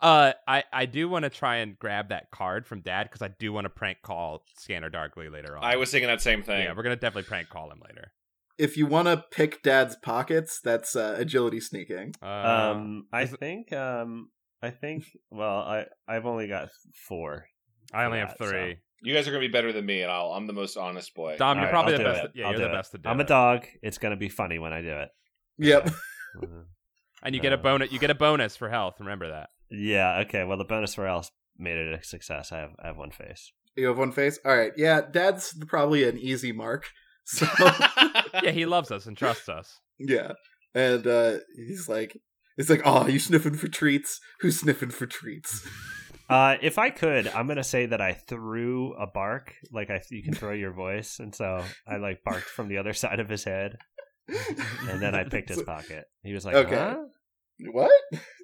*laughs* uh, I I do want to try and grab that card from Dad because I do want to prank call Scanner Darkly later on. I was thinking that same thing. Yeah, we're gonna definitely prank call him later. But *laughs* if you want to pick Dad's pockets, that's uh, agility sneaking. Uh, Um, I is it- think. Um, I think. Well, I I've only got four. I only have yeah, so- three. you guys are going to be better than me, and I'll, I'm the most honest boy. Dom, Um, *laughs* you're All right, probably I'll the do best. it. Yeah, I'll you're do the it. best to do. I'm a it. dog. It's gonna be funny when I do it. *laughs* Yep. Mhm. and you get a No. bonus. You get a bonus for health. Remember *laughs* that. *laughs* yeah. Okay. Well, the bonus for else made it a success. I have I have one face. You have one face. All right. Yeah, Dad's probably an easy mark. *laughs* So *laughs* Yeah, he loves us and trusts *laughs* us. yeah, and uh, he's like, it's like, oh, you sniffing for treats? Who's sniffing for treats? Uh, if I could, I'm gonna say that I threw a bark. Like I, you can throw your voice, and so I like barked from the other *laughs* side of his head, *laughs* and then I *laughs* picked his pocket. He was like, Okay. "Huh?" What?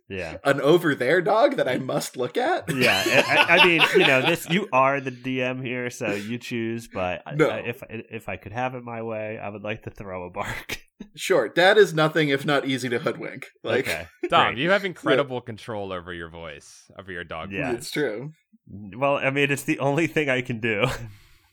Yeah. An over there dog that I must look at? *laughs* Yeah, I, I- I mean, you know, this you are the DM here, so you choose. But I- No. I, if if I could have it my way, I would like to throw a bark. *laughs* *laughs* Sure, dad is nothing if not easy to hoodwink. Like *laughs* okay, Dom, Great. you have incredible control over your voice, over your dog. Yeah. it's true. well, I mean, it's the only thing I can do. *laughs*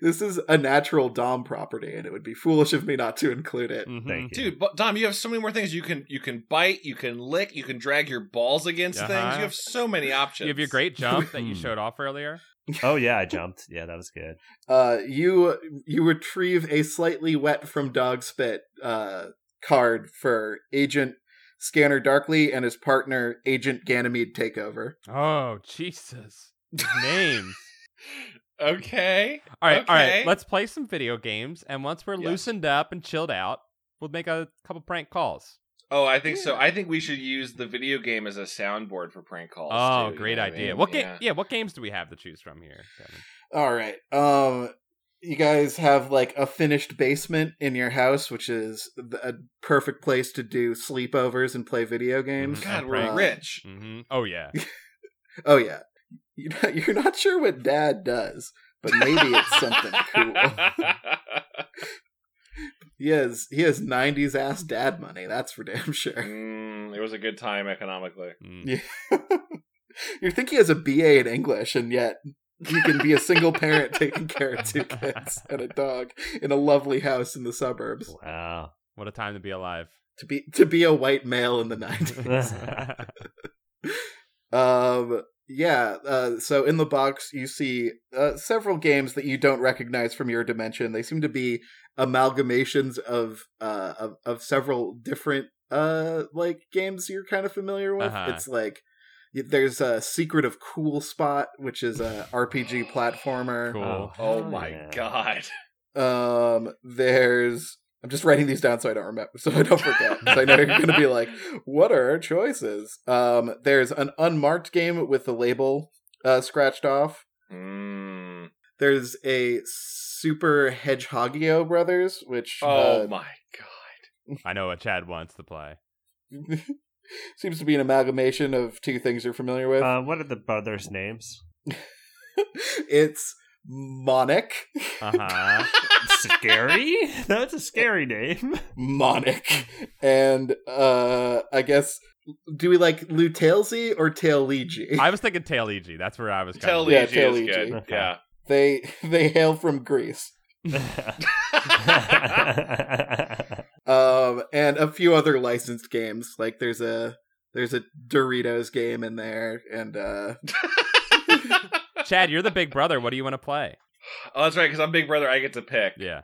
This is a natural dom property and it would be foolish of me not to include it. Mhm. Thank you. Dude, but Dom, you have so many more things. You can you can bite, you can lick, you can drag your balls against Uh-huh. things. You have so many options. You have your great jump that *laughs* you Hmm. showed off earlier. Oh yeah, I jumped. Yeah, that was good. Uh you you retrieve a slightly wet from dog spit uh card for agent Scanner Darkly and his partner Agent Ganymede Takeover. Oh Jesus! *laughs* Names. Okay. All right, all right. Okay. Let's play some video games, and once we're Yes. loosened up and chilled out, we'll make a couple prank calls. Oh, I think so. Yeah. I think we should use the video game as a soundboard for prank calls. Oh, too, you great know idea. I mean? What game? *laughs* Yeah. Yeah, what games do we have to choose from here? Kevin? All right. Um, you guys have like a finished basement in your house, which is th- a perfect place to do sleepovers and play video games. Mhm. God, And we're prank. *laughs* rich. hmm Oh yeah. Oh yeah. You're not, you're not sure what Dad does, but maybe it's *laughs* something cool. He has he has '90s ass dad money. That's for damn sure. Mm, It was a good time economically. Mm. Yeah. *laughs* you think he has a BA in English, and yet he can be a single parent taking care of two kids and a dog in a lovely house in the suburbs. Wow. What a time to be alive. *laughs* To be to be a white male in the nineties. um. Yeah. Uh, so in the box, you see uh, several games that you don't recognize from your dimension. They seem to be amalgamations of uh of, of several different uh like games you're kind of familiar with. Uh-huh. It's like y- there's a Secret of Cool Spot, which is a RPG platformer. Cool. Oh hell my yeah. god. Um, there's I'm just writing these down so I don't remember, so I don't forget. so I know you're gonna be like, what are our choices? Um, there's an unmarked game with the label uh, scratched off. Mm. There's a Super Hedgehogio Brothers, which Oh my god. I know what Chad wants to play. uh, *laughs* seems to be an amalgamation of two things you're familiar with. Uh, what are the brothers' names? *laughs* it's Monic, *laughs* Uh-huh. Scary? *laughs* That's a scary name. *laughs* Monic, and uh, I guess do we like Lutalesy or Tailegi? I was thinking Tail EG. That's where I was kind Tell of. Yeah, EG tell is EG. *laughs* good. Okay. Yeah. They *laughs* they hail from Greece. Um and a few other licensed games. Like there's a there's a Doritos game in there and uh Chad, you're the big brother. What do you want to play? oh, that's right. Because I'm Big Brother. I get to pick. Yeah.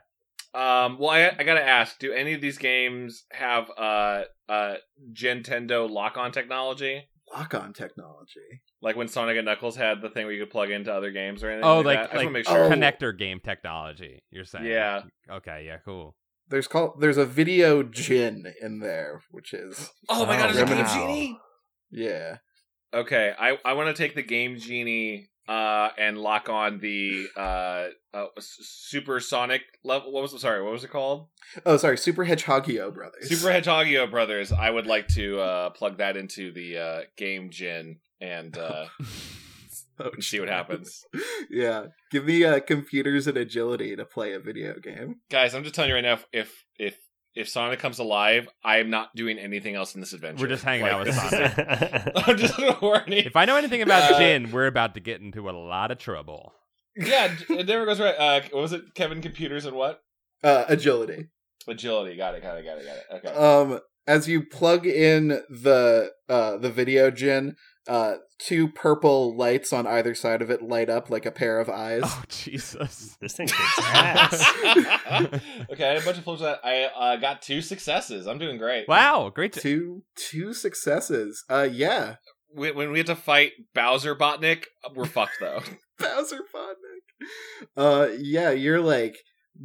Um, well, I, I gotta ask: Do any of these games have uh uh Gentendo lock-on technology? lock on technology. Like when Sonic and Knuckles had the thing where you could plug into other games or anything? Oh, like, like that? I just like wanna make Oh. sure. connector game technology. You're saying? Yeah. Okay. Yeah. Cool. There's called there's a video gin in there, which is Oh my god! Is it Game Wow. Genie? yeah. Okay, I I want to take the Game Genie uh and lock on the uh, uh S- supersonic level. What was it? Sorry, what was it called? Oh sorry, Super Hedgehogio Brothers. *laughs* Super Hedgehogio Brothers. I would like to uh plug that into the uh Game Gin *laughs* and uh Oh, and see what happens. yeah. Give me uh computers and agility to play a video game. Guys, I'm just telling you right now if if if, if Sonic comes alive, I am not doing anything else in this adventure. We're just hanging out with this is Sonic. it. *laughs* I'm just *laughs* warning. If I know anything about *laughs* Uh, Jin, we're about to get into a lot of trouble. yeah, it never goes right. Uh, what was it? Kevin computers and what? *laughs* Uh agility. Agility. Got it. Got it. Got it. Got it. Okay. Uh, um as you plug in the uh the video gin uh two purple lights on either side of it light up like a pair of *laughs* eyes *laughs* Oh Jesus! *laughs* this thing kicks ass. *laughs* okay, I had a bunch of flips. That I uh, got two successes. I'm doing *laughs* great. Wow, great. To- two two successes uh yeah *laughs* When, when we had to fight Bowser Botnik, we're fucked *laughs* though. bowser Botnick. uh yeah you're like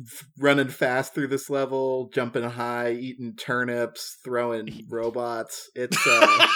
f- running fast through this level jumping high eating turnips throwing robots *laughs* it's uh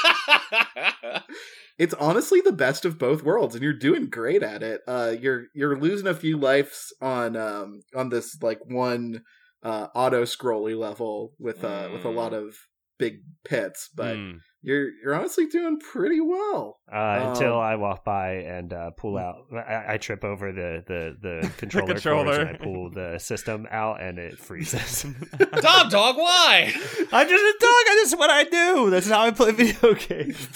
it's honestly the best of both worlds and you're doing great at it uh you're you're losing a few lives on um on this like one uh auto scrolly level with uh with a Mm. lot of big pits but Mm. you're you're honestly doing pretty well *laughs* Uh, until Um, I walk by and uh, pull out, I, I trip over the the *laughs* the controller, cords controller. and I pull the system out, and it *laughs* freezes. Dom Dog, why? I'm just a dog. That's what I do. That's how I play video *laughs* games.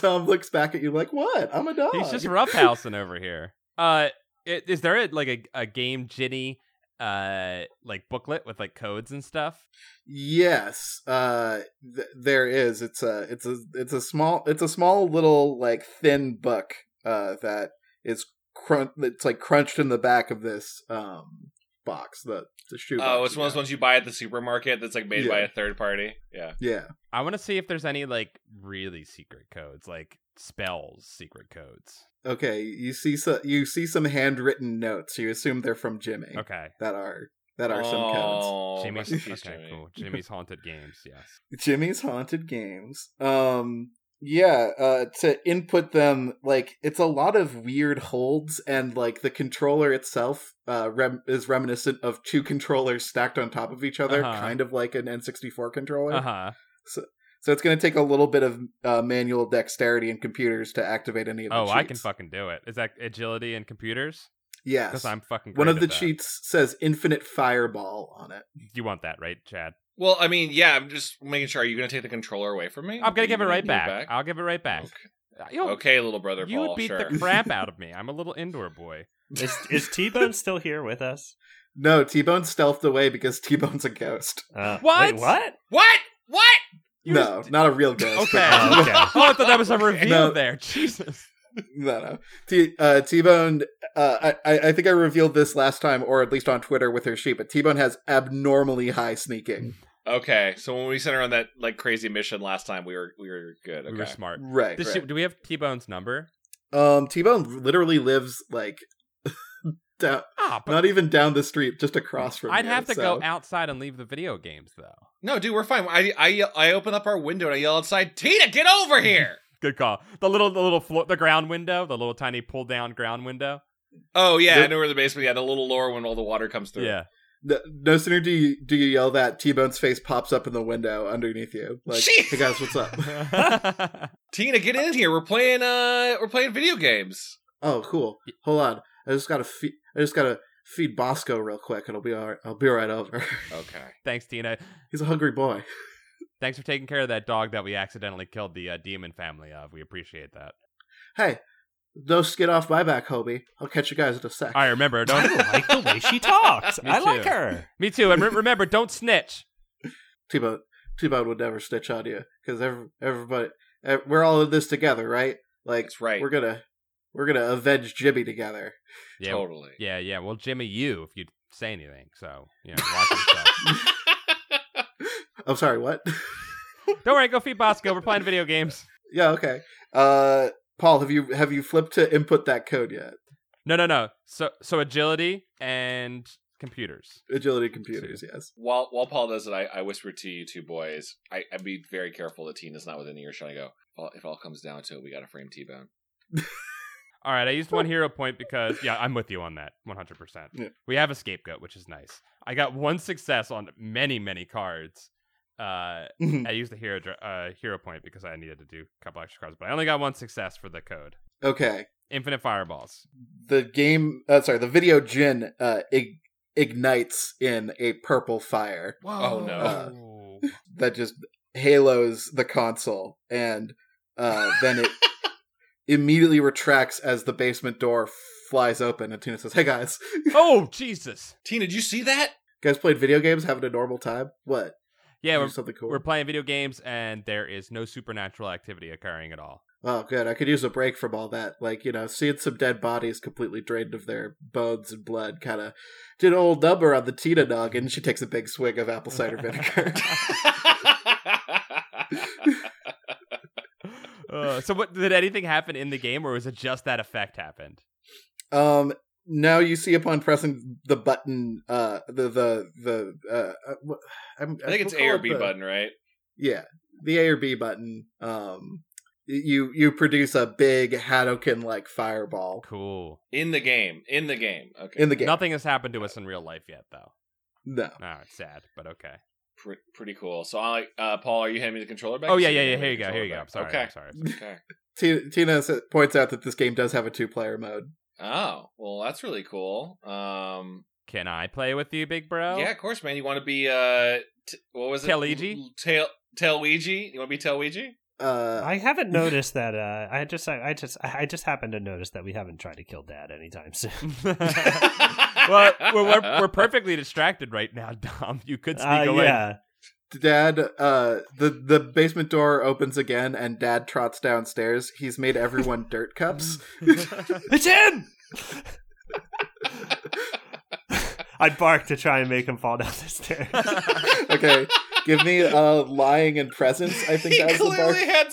tom looks back at you like what i'm a dog He's just roughhousing over here. Uh, i- is there a, like a, a game Ginny uh like booklet with like codes and stuff? yes uh th- there is it's a it's a it's a small it's a small little like thin book uh that is crunch it's like crunched in the back of this um box the the shoe Oh, box it's you one of those got. ones you buy at the supermarket that's like made by Yeah. a third party. Yeah. yeah I want to see if there's any like really secret codes, like spells, secret codes. okay you see so you see some handwritten notes you assume they're from jimmy Okay. that are that are some codes Oh, Jimmy's rest in peace, okay, Jimmy. cool. Jimmy's haunted games, yes. Jimmy's Haunted Games. Um yeah, uh to input them like it's a lot of weird holds and like the controller itself uh rem- is reminiscent of two controllers stacked on top of each other, Uh-huh. kind of like an N64 controller. Uh huh. So it's going to take a little bit of uh, manual dexterity and computers to activate any of the Oh, cheats. I can fucking do it. Is that agility and computers? Yes. Because I'm fucking. One great of at the that. cheats says infinite fireball on it. You want that, right, Chad? Well, I mean, yeah, I'm just making sure. Are you going to take the controller away from me? I'm Are gonna you give it right back. give it I'll give it right back. You'll- Okay, little brother you Paul. would beat sure. the crap out of me. I'm a little indoor boy. *laughs* Is *laughs* is T Bone still here with us? *laughs* No, T Bone stealthed away because T Bone's a ghost. Uh, What? Wait, what? what? What? You no, not a real ghost. Okay. but- Oh, okay. oh, I thought that was a reveal No. there. Jesus. no, no. T uh, T Bone. Uh, I I I think I revealed this last time, or at least on Twitter with her sheet. But T Bone has abnormally high sneaking. Okay, so when we sent her on that like crazy mission last time, we were we were good. Okay. We were smart. Right. Does she- do we have T Bone's number? Um, T Bone literally lives like *laughs* down, Ah, but not even down the street, just across from. I'd here, have to so- go outside and leave the video games though. no, dude, we're fine. I I yell- I open up our window and I yell outside, Tina, get *laughs* over here. Good call. The little, the little floor, the ground window, the little tiny pull down ground window. oh yeah, The- I know we're in the basement. Yeah, the little lower when all the water comes through. Yeah. *laughs* No, no sooner do you do you yell that T Bone's face pops up in the window underneath you. Like, Jeez. hey guys, *laughs* what's up? Tina, get in here. We're playing uh we're playing video games. Oh, cool. Hold on, I just gotta feed. I just gotta feed Bosco real quick, and I'll be all right. I'll be right over. *laughs* Okay. Thanks, Tina. He's a hungry boy. Thanks for taking care of that dog that we accidentally killed the uh, demon family of. We appreciate that. Hey, no skid off my back, Hobie. I'll catch you guys in a sec. I remember. *laughs* I Don't. like the way she talked. *laughs* Me I like too. her. me too. And re- remember, don't snitch. T Bone, T Bone would never snitch on you because every, everybody, ev- we're all in this together, right? Like, That's right. we're gonna, we're gonna avenge Jimmy together. Yeah. Totally. Yeah. Yeah. Well, Jimmy, you if you say anything. So you know, watch *laughs* yourself. I'm sorry, what? *laughs* don't worry. Go feed Bosco. We're playing video games. yeah, okay. Uh, Paul, have you have you flipped to input that code yet? No. No. No. So so agility and computers. Agility computers, yes. *laughs* while while Paul does it, I, I whisper to you two boys. I, I be very careful that Tina's not within earshot. I go, well, if it all comes down to it, we got to frame T Bone. All right. I used one hero point because yeah, I'm with you on that. 100. Yeah. percent We have a scapegoat, which is nice. I got one success on many many cards. Uh, Mm-hmm. I used the hero dr- uh, hero point because I needed to do a couple extra cards, but I only got one success for the code. okay. Infinite fireballs. The game, uh, sorry, the video gin uh, ig- ignites in a purple fire Whoa. Oh, no. Ooh. that just halos the console, and uh, *laughs* then it immediately retracts as the basement door flies open, and Tina says, "Hey guys, *laughs* oh Jesus! Tina, did you see that? you guys played video games, having a normal time? What? Yeah, Do we're, something cool. we're playing video games, and there is no supernatural activity occurring at all. *laughs* Oh, good. I could use a break from all that. Like, you know, seeing some dead bodies completely drained of their bones and blood kind of did an old number on the Tina noggin. She takes a big swig of apple *laughs* cider vinegar. Uh, so, what did anything happen in the game, or was it just that effect happened? um, now you see upon pressing the button, uh, the, the, the, uh, uh, wha- I'm, I think it's we'll A or call it B the- button, right? Yeah. The A or B button. Um, you, you produce a big Hadoken like fireball Cool. In the game. In the game. Okay. in the game. Nothing has happened to us in real life yet, though. no. Oh, it's sad, but okay. Pre- pretty cool. So, I like uh, Paul, are you handing me the controller back? oh Or yeah, should yeah, I yeah. hand Here the you go. Here controller you go. I'm back? sorry. Okay. I'm sorry. Okay. T- Tina s- points out that this game does have a two player mode. Oh, well, that's really cool. Um, Can I play with you, big bro? Yeah, *laughs* of course, man. You want to be uh, t- what was it? Tailigi? L- Tail Tailweegi. You want to be *laughs* Tailweegi? Uh, I haven't noticed that. Uh, I just, I, I just, I just happened to notice that we haven't tried to kill Dad anytime soon. *laughs* *laughs* well, we're, we're, we're perfectly distracted right now, *laughs* Dom. You could sneak Uh, away. yeah, Dad, uh, the the basement door opens again, and Dad trots downstairs. He's made everyone *laughs* dirt *laughs* cups. Mm. it's him. *laughs* I bark to try and make him fall down the stairs. *laughs* Okay, give *laughs* me uh, lying and presence. I think he that was the clearly bar. had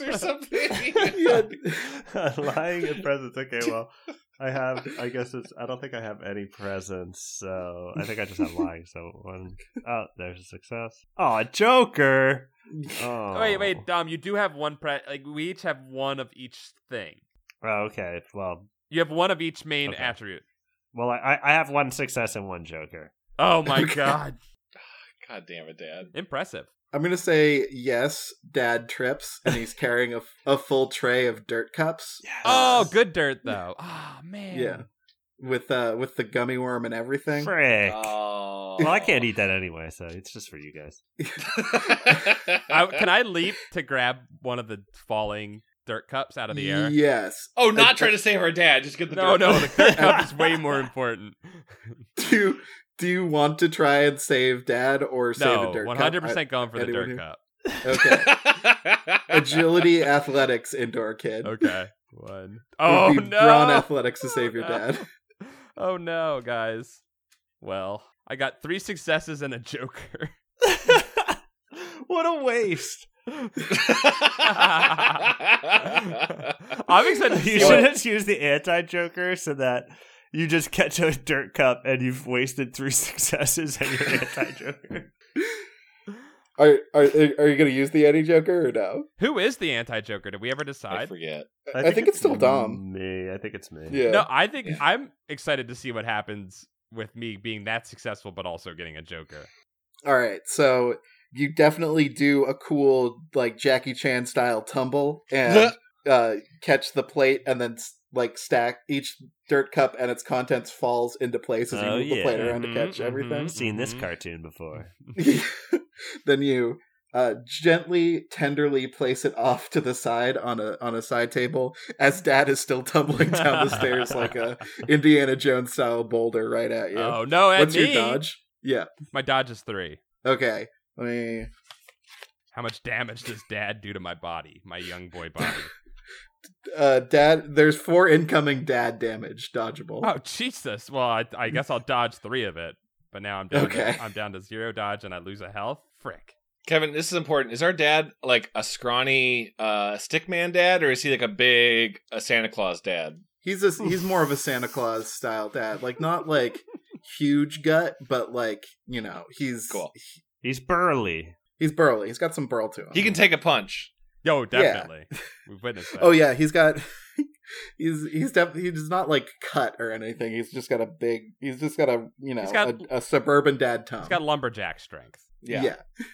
*laughs* or something. *laughs* *laughs* Yeah. Lying in presence. Okay, well, I have. I guess it's. I don't think I have any presents, so I think I just have lying. So one. Oh, there's a success. Oh, a joker. Oh. Wait, wait, Dom. You do have one. Pre- like we each have one of each thing. Oh, okay. Well, You have one of each main Okay. attribute. well, I- I, I have one success and one joker. Oh my Okay. god! God damn it, Dad. Impressive. I'm gonna say yes. Dad trips, *laughs* and he's carrying a, a full tray of dirt cups. Uh, Oh, good dirt though. Oh man. Yeah, with uh, with the gummy worm and everything. Frick. Oh, well, I can't eat that anyway, so it's just for you guys. I, can I *laughs* leap to grab one of the falling dirt cups out of the air? Yes. oh, not I- trying to save her dad. Just get the No, dirt no, out. *laughs* the dirt *laughs* cup is way more important. Do you, do you want to try and save dad or save No, a dirt one cup? hundred percent going for the anyone dirt here? cup. I- *laughs* okay. *laughs* Agility, athletics, indoor kid. *laughs* Okay, one. It Oh would be Brawn no! athletics to save your Oh, *laughs* no. dad. Oh no, guys. Well, I got three successes and a joker. *laughs* what *laughs* a waste! I'm excited. To *laughs* You see what- should have used the anti-joker so that you just catch a dirt cup and you've wasted three *laughs* successes and your anti-joker. Are are are you gonna use the Eddie Joker or no? *laughs* Who is the anti-joker? Did we ever I decide? forget. *laughs* I, think, it's, still Dom. Me, I think it's me. Yeah. No, I think Yeah. I'm excited to see what happens with me being that successful, but also getting a joker. All right. So you definitely do a cool like Jackie Chan style tumble and uh, catch the plate and then s- like stack each dirt cup and its contents falls into place as you Oh, move the yeah. mm-hmm. plate around to catch Mhm, everything. I've seen this Mhm. cartoon *laughs* before. *laughs* then you uh, gently, tenderly place it off to the side on a on a side table as Dad is still tumbling down the stairs like a Indiana Jones style boulder right at you. Oh no! At What's your me. dodge? Yeah. My dodge is three. Okay. Let me. How much damage does Dad do to my body, my young *laughs* boy body? Uh, dad, there's four incoming dad damage dodgeable. oh Jesus! Well, I, I guess I'll dodge three of it, but now I'm down. Okay. To, I'm down to zero dodge, and I lose a health. Frick! Kevin, this is important. Is our dad like a scrawny uh, stickman dad, or is he like a big uh, Santa Claus dad? He's a, he's more *laughs* of a Santa Claus style dad, like not like huge gut, but like you know he's Cool. He's burly. he's burly. He's got some burl to him. He can take a punch. Yo, definitely. We've witnessed that. Oh yeah, he's got. *laughs* He's he's definitely he's not like cut or anything. He's just got a big. He's just got a you know He's got- a, a suburban dad tongue. He's got lumberjack strength. yeah. Yeah. *laughs*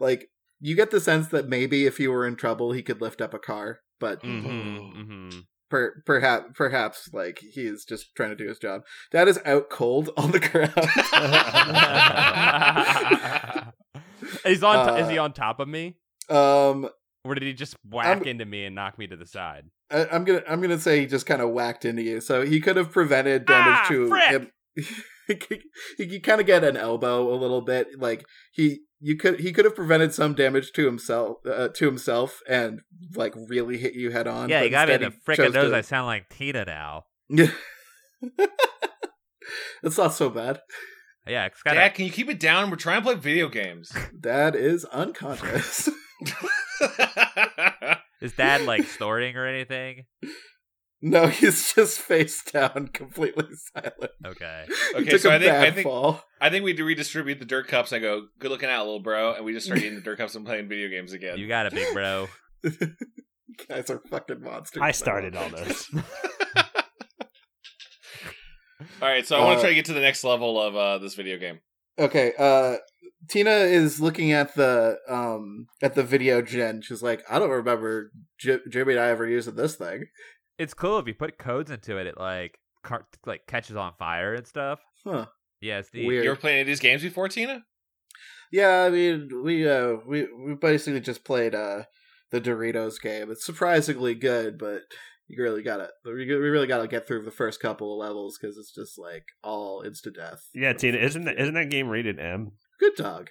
Like you get the sense that maybe if you were in trouble, he could lift up a car, but Mm-hmm, *laughs* mm-hmm. per, perhaps perhaps like he is just trying to do his job. Dad is out cold on the *laughs* ground. He's on. t- Uh, mm-hmm. *laughs* is he on top of me, um, or did he just whack I'm- into me and knock me to the side? I, I'm gonna I'm gonna say he just kind of whacked into you, so he could have prevented damage Ah, to frick! him. *laughs* he you kind of get an elbow a little bit, like he you could he could have prevented some damage to himself uh, to himself and like really hit you head on. but instead he chose to- sound like Tita now. That's not so bad. Yeah, it's got Dad, can you keep it down? We're trying to play video *laughs* games. Dad is unconscious. Is dad *laughs* like snorting or anything? no, *laughs* he's just face down, completely silent. Okay. He Okay, took so a I think- I bad think- fall. *laughs* I think we do redistribute the dirt cups. And I go, good looking out, little bro, and we just start eating the dirt cups and playing video games again. You got it, big bro. You guys are fucking monsters. I started all this. All right, so I want Uh, to try to get to the next level of uh, this video game. *laughs* Okay, uh Tina is looking at the um at the video gen. She's like, I don't remember J- Jimmy and I ever using this thing. It's cool if you put codes into it. It like car- like catches on fire and stuff. Huh. Yeah, it's neat. Weird. You ever played any of these games before, *laughs* Tina? Yeah, I mean, we uh we we basically just played uh the Doritos game. It's surprisingly good, but you really gotta we we really gotta get through the first couple of levels because it's just like all insta death. Yeah, Tina, isn't that, isn't that game rated M? Good dog.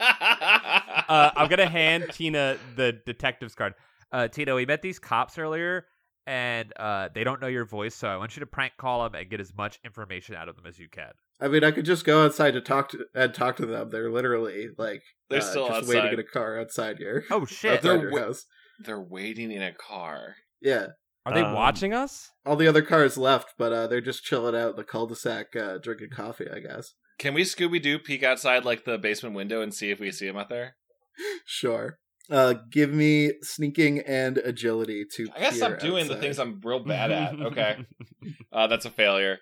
Uh, I'm gonna hand Tina the detective's card. Uh, Tina, we met these cops earlier, and uh, they don't know your voice, so I want you to prank call them and get as much information out of them as you can. I mean, I could just go outside to talk to and talk to them. They're literally like They're uh, still just outside. waiting in a car outside your Oh shit! outside They're your wa- house. They're waiting in a car. Yeah. Are they Um, watching us? all the other cars left, but uh, they're just chilling out in the cul-de-sac, uh, drinking coffee, I guess. Can we Scooby Doo peek outside like the basement window and see if we see him out there? Sure. Uh, give me sneaking and agility to. I gotta stop peer doing the outside. things I'm *laughs* real bad at. *laughs* Okay, uh, that's a failure.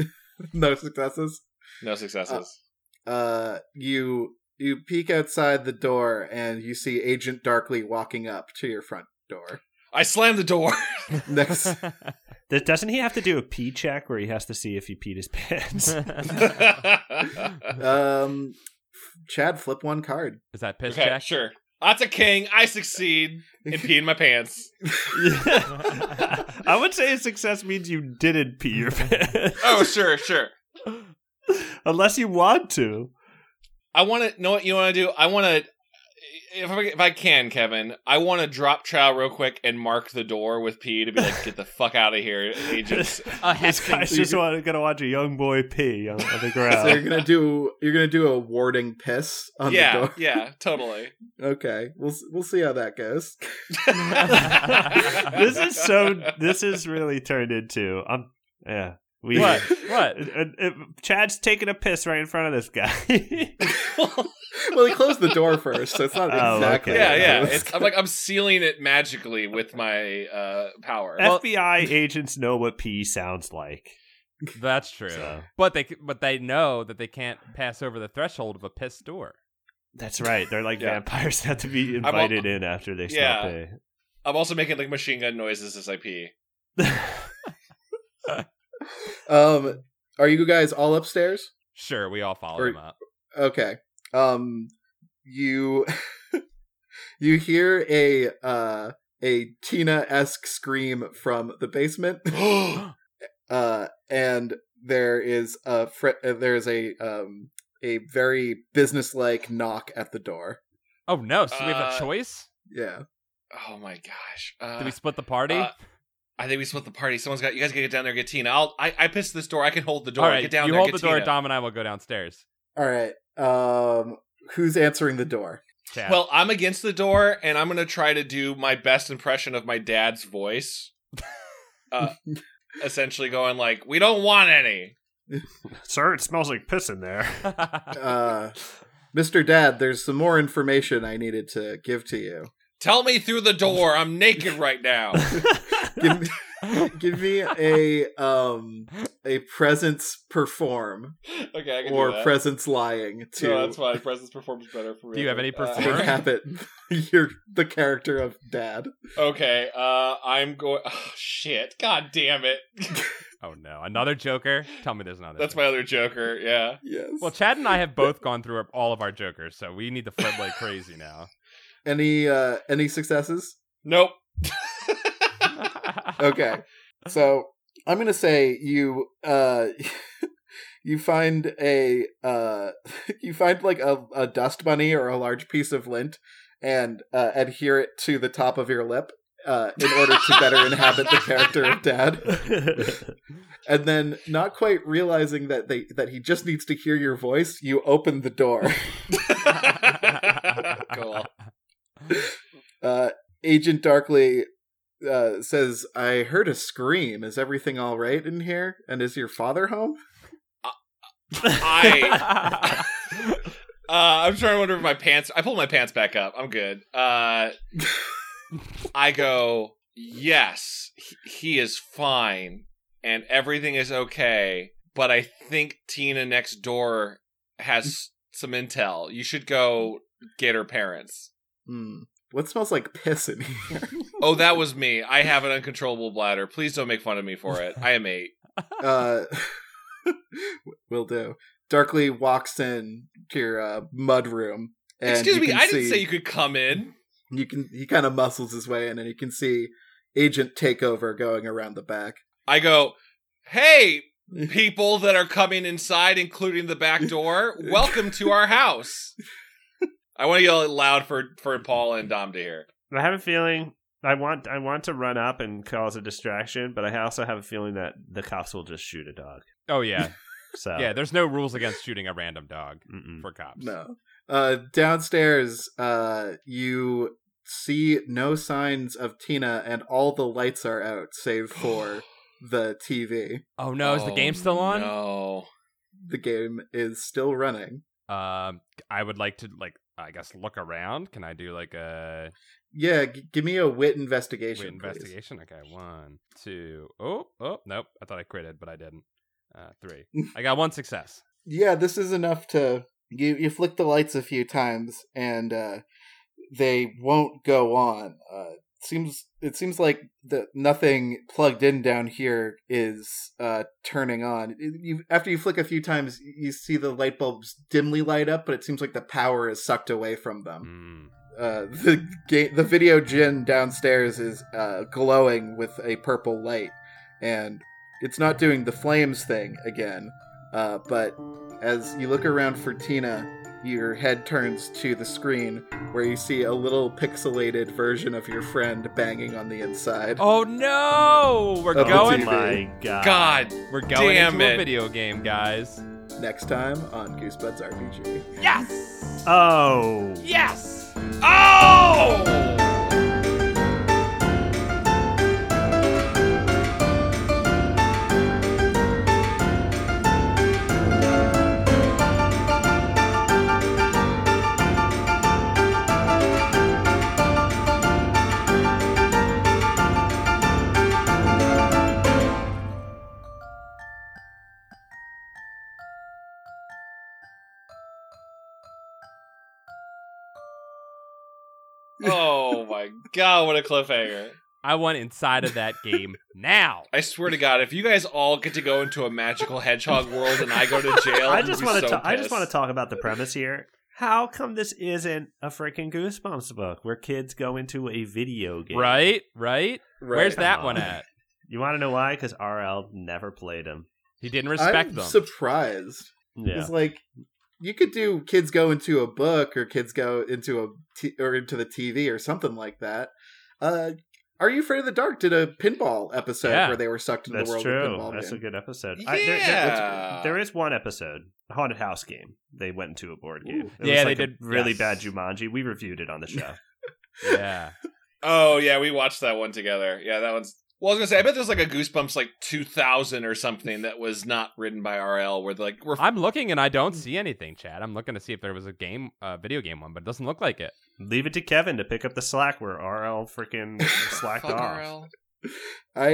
*laughs* no successes. No successes. Uh, you you peek outside the door and you see Agent Darkly walking up to your front door. *laughs* *laughs* I slammed the door. Next, Th- Doesn't he have to do a pee check where he has to see if he peed his *laughs* pants? Um, Chad, flip one card. Is that piss okay, check? sure. That's a king. I succeed *laughs* in peeing my pants. I would say success means you didn't pee *laughs* your pants, Oh, sure, sure. unless you want to. I want to know what you want to do. I want to, if I, if I can, Kevin, I want to drop chow real quick and mark the door with pee to be like, get the fuck out of here, *laughs* *laughs* agents. A This hexing. guy's just want, gonna watch a young boy pee on, on the So you're ground. gonna do you're gonna do a warding piss on the yeah, door. *laughs* yeah, totally. Okay, we'll we'll see how that goes. *laughs* *laughs* this is so. *laughs* This is really turned into. I'm. Yeah. We. What? What? *laughs* Uh, uh, uh, Chad's taking a piss right in front of this guy. *laughs* well, he closed the door first, so it's not Oh, exactly. okay. yeah, yeah. It's- It's, I'm like, I'm sealing it magically with my uh, power. FBI agents know what pee sounds like. That's true. So. But they c- but they know that they can't pass over the threshold of a piss door. That's right. They're like Yeah. vampires that have to be all- invited in after they Yeah. smell pee. I'm also making like machine gun noises as I pee. *laughs* um, are you guys all upstairs? Sure, we all follow Or- him up. Okay. Um, you *laughs* you hear a uh a Tina esque scream from the basement. *gasps* uh, and there is a fr- uh, there is a um a very businesslike knock at the door. Oh no! So we have Uh, a choice. Yeah. Oh my gosh. Uh, Do we split the party? uh, I think we split the party. Someone's got you guys gotta get down there, and get Tina. I'll I, I pissed this door. I can hold the door. all right, get down you there, hold get the door. Tina. Dom and I will go downstairs. All right. Um, who's answering the door? Chad. Well, I'm against the door, and I'm gonna try to do my best impression of my *laughs* dad's voice. Uh, essentially, going like, "We don't want any." *laughs* Sir, it smells like piss in there. *laughs* Uh, Mr. Dad, there's some more information I needed to give to you. Tell me through the door. I'm naked right *laughs* now. Give me, *laughs* give me a um a presence perform Okay, I can or do that. presence lying to No, that's fine. Presence performs better for me. Do you have any Uh, to perform? *laughs* inhabit your the character of Dad. *laughs* okay, uh, I'm going. Oh, shit! God damn it! *laughs* *laughs* oh no! Another Joker. Tell me there's another. That's Joker. my other Joker. Yeah. Yes. Well, Chad and I have both gone through all of our Jokers, so we need to flip like crazy now. Any uh any successes? Nope. *laughs* *laughs* Okay. So I'm gonna say you uh *laughs* you find a uh *laughs* you find like a, a dust bunny or a large piece of lint and uh, adhere it to the top of your lip uh, in order to better inhabit the character of Dad. and then not quite realizing that they that he just needs to hear your voice you open the door *laughs* cool. uh agent darkly uh says i heard a scream is everything all right in here and is your father home I uh, I'm trying to wonder if my pants. I pulled my pants back up. I'm good. Uh, I go. Yes, he, he is fine, and everything is okay. But I think Tina next door has some intel. You should go get her parents. hmm. what smells like piss in *laughs* here Oh, that was me. I have an uncontrollable bladder. Please don't make fun of me for it. I am eight. uh *laughs* will do darkly walks in to your uh, mud room and Excuse you me. can I didn't see- say you could come in. *laughs* you can he kind of muscles his way in and you can see agent takeover going around the back I go, hey, people that are coming inside, including the back door, welcome to our house. I want to yell it loud for, for Paul and Dom to hear. I have a feeling I want I want to run up and cause a distraction, but I also have a feeling that the cops will just shoot a dog. *laughs* oh yeah, So yeah. There's no rules against shooting a random dog mm-mm. for cops. No. Uh, downstairs, uh, you see no signs of Tina, and all the lights are out *gasps* save for the TV. Oh no! Is the game still on? No. The game is still running. Um, I would like to like I guess look around. Can I do like a Yeah, g- give me a wait, wit investigation. investigation. investigation? Okay, one, two. Oh, oh, nope. I thought I critted, but I didn't. Uh, three. I got one success. Yeah, this is enough to you. You flick the lights a few times, and uh, they won't go on. Uh, seems it seems like the nothing plugged in down here is uh turning on It- you after you flick a few times you see the light bulbs dimly light up but it seems like the power is sucked away from them Mm. uh the ga- the video gin downstairs is uh glowing with a purple light and it's not doing the flames thing again uh but as you look around for Tina your head turns to the screen where you see a little pixelated version of your friend banging on the inside. Oh no! We're Oh, going. TV. my god. God, We're going Damn into a it. video game, guys. Next time on Goosebuds RPG. Yes. Oh. yes. oh. oh my god, what a cliffhanger. I want inside of that game now. I swear to god, if you guys all get to go into a magical hedgehog world and I go to jail, *laughs* I just want to ta- I just want to talk about the premise here. How come this isn't a freaking Goosebumps book where kids go into a video game? Right. Right. Where's Come that one on. at? You want to know why? Because RL never played him. He didn't respect I'm them. surprised. Yeah. It's like you could do kids go into a book or kids go into a t- or into the TV or something like that. Uh Are You Afraid of the Dark did a pinball episode Yeah. where they were sucked into That's the world of true. pinball. That's a game. good episode. Yeah. I- there- there- there is one episode, a haunted house game. They went into a board game. Ooh. It was Yeah, like they a did- Really yes. bad Jumanji. We reviewed *laughs* it on the show. yeah. Oh yeah, we watched that one together. Yeah, that one's. Well, I was gonna say, I bet there's like a Goosebumps like 2000 or something that was not written by RL, where they're like we're I'm looking and I don't see anything, Chad. I'm looking to see if there was a game, uh, video game one, but it doesn't look like it. Leave it to Kevin to pick up the slack where RL *laughs* freaking slacked fuck off. RL. I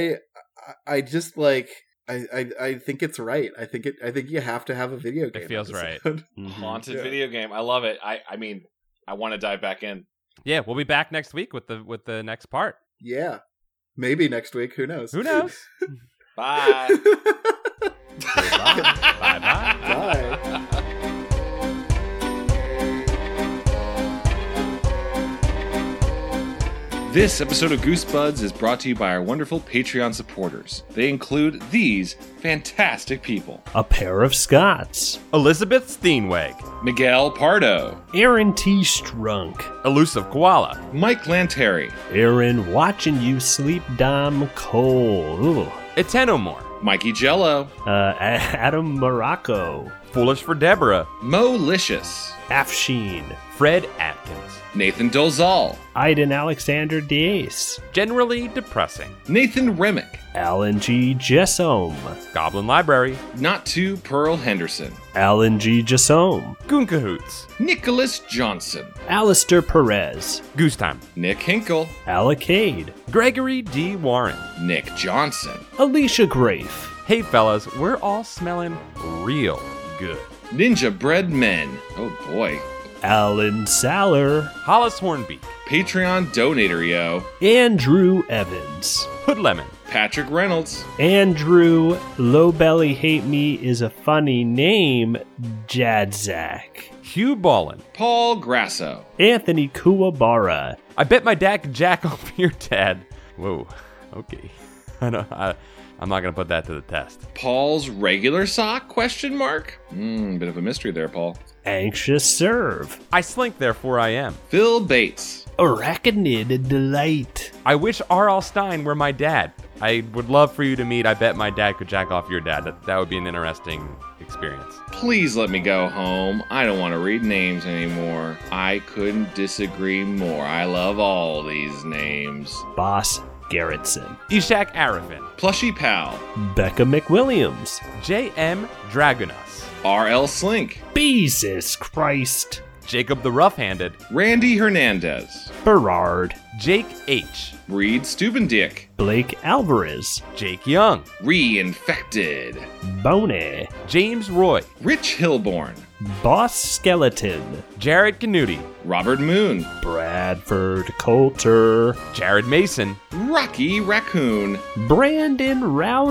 I- I just like I, I I think it's right. I think it I think you have to have a video game. feels right. right. Mhm. haunted Yeah. video game. I love it. I I mean, I want to dive back in. Yeah, we'll be back next week with the with the next part. *laughs* Yeah. Maybe next week. Who knows? *laughs* Who knows? Bye. Bye *laughs* bye. Bye. This episode of Goosebuds is brought to you by our wonderful Patreon supporters. They include these fantastic people A pair of Scots. Elizabeth Steenweg, Miguel Pardo, Aaron T. Strunk. Elusive Koala, Mike Lanteri, Aaron, watching you sleep, Dom Cole. Ooh. Etenomore, Mikey Jello, Uh, *laughs* Adam Morocco. Foolish for Deborah, Mo Licious, Afshin. Fred Atkins. Nathan Dolzal, Iden Alexander Diaz. Generally depressing. Nathan Remick, Alan G. Jessom. Goblin Library, Not Too Pearl Henderson, Alan G. Jessom. Goon Cahoots, Nicholas Johnson, Alistair Perez. Goose Time, Nick Hinkle, Alacade. Gregory D. Warren. Nick Johnson, Alicia Grafe. Hey fellas, we're all smelling real good. Ninja Bread Men, oh boy, Alan Saller. Hollis Hornbeak, Patreon Donator Yo, Andrew Evans. Hood Lemon, Patrick Reynolds, Andrew Lowbelly Hate Me is a funny name, Jadzak. Hugh Ballin. Paul Grasso, Anthony Kuwabara. I bet my dad could jack *laughs* off your dad. Whoa, okay. *laughs* I don't, I, I'm not gonna put that to the test. Paul's regular sock question mark? Hmm, bit of a mystery there, Paul. Anxious Serve. I slink, therefore I am. Phil Bates, Arachnid Delight. I wish R.L. Stein were my dad. I would love for you to meet. I bet my dad could jack off your dad. That, that would be an interesting experience. please let me go home. I don't want to read names anymore. I couldn't disagree more. I love all these names. Boss Garrettson. Ishak Arafin, Plushy Pal, Becca McWilliams. J.M. Dragunas, RL Slink, Jesus Christ. Jacob the Rough-Handed, Randy Hernandez, Berard. Jake H., Reed Stubendick, Blake Alvarez. Jake Young, Reinfected, Boney. James Roy, Rich Hilborn, Boss Skeleton, Jared Canuti, Robert Moon, Bradford Coulter, Jared Mason, Rocky Raccoon, Brandon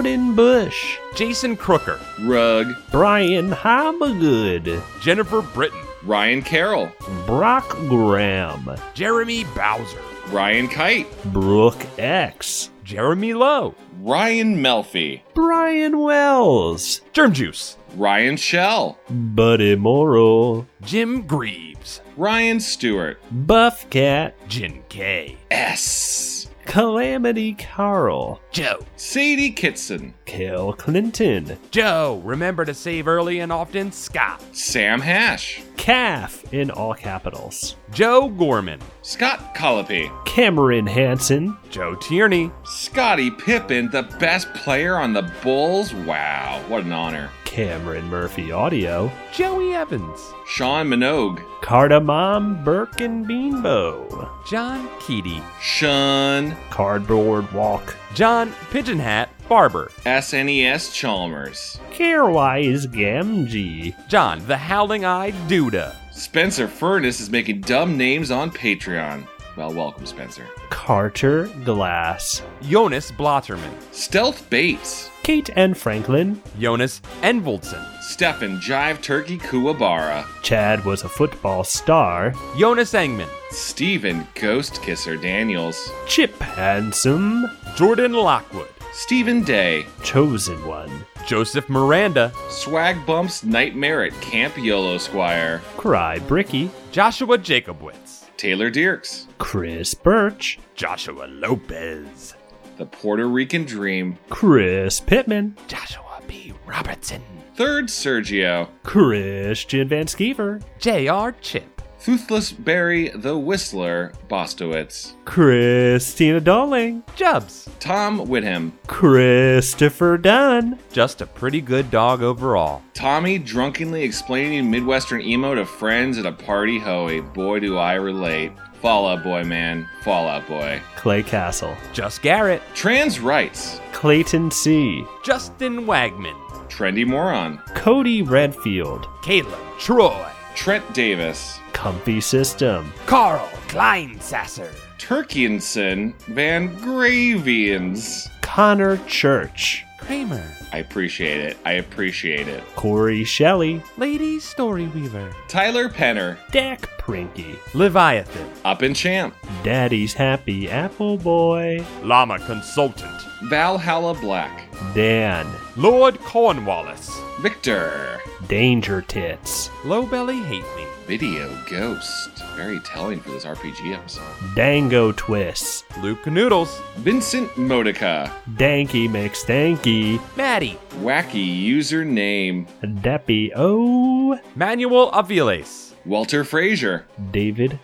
Rowdenbush, Jason Crooker, Rug, Brian Hamagood, Jennifer Britton, Ryan Carroll, Brock Graham, Jeremy Bowser, Ryan Kite, Brooke X, Jeremy Lowe, Ryan Melfi, Brian Wells, Germ Juice, Ryan Shell, Buddy Morrow, Jim Greaves, Ryan Stewart, Buffcat, Jin K, S. Calamity Carl, Joe, Sadie Kitson, Kel Clinton, Joe, remember to save early and often, Scott, Sam Hash, Calf in all capitals, Joe Gorman, Scott Colopy, Cameron Hansen, Joe Tierney, Scotty Pippen, the best player on the Bulls. Wow, what an honor. Cameron Murphy Audio, Joey Evans, Sean Minogue, Cardamom Burke and Beanbo, John Keaty, Sean, Cardboard Walk, John Pigeon Hat Barber, SNES E Chalmers, Carewise Gamgee, John the Howling Eyed Duda, Spencer Furness is making dumb names on Patreon. Well, welcome, Spencer. Carter Glass, Jonas Blotterman, Stealth Bates, Kate and Franklin, Jonas Envoldson, Stefan Jive Turkey Kuwabara, Chad was a football star, Jonas Engman, Stephen Ghost Kisser Daniels, Chip Handsome, Jordan Lockwood, Stephen Day, Chosen One, Joseph Miranda, Swag Bumps Nightmare at Camp Yolo Squire, Cry Bricky, Joshua Jacobwitz, Taylor Dierks, Chris Birch, Joshua Lopez, The Puerto Rican Dream, Chris Pittman, Joshua B. Robertson, Third Sergio, Christian Van Skeever, J.R. Chip, Toothless Barry the Whistler Bostowitz, Christina Dolling, Jubs, Tom Whitham, Christopher Dunn, just a pretty good dog overall. Tommy drunkenly explaining Midwestern emo to friends at a party hoey. Boy, do I relate. Fallout Boy, man. Fallout Boy. Clay Castle, Just Garrett, Trans rights. Clayton C., Justin Wagman, Trendy moron. Cody Redfield, Caleb Troy, Trent Davis. Comfy System, Carl Kleinsasser, Turkianson Van Gravians. Connor Church, Kramer, I appreciate it. I appreciate it. Corey Shelley, Lady Story Weaver, Tyler Penner. Dak Prinky, Leviathan, Up and Champ. Daddy's Happy Apple Boy, Llama Consultant, Valhalla Black. Dan, Lord Cornwallis, Victor. Danger Tits, Lowbelly Hate Me, Video Ghost. Very telling for this RPG episode. Dango Twists, Luke Noodles, Vincent Modica. Danky McStanky, Maddie, Wacky username. Deppy O, Manuel Aviles, Walter Frazier. David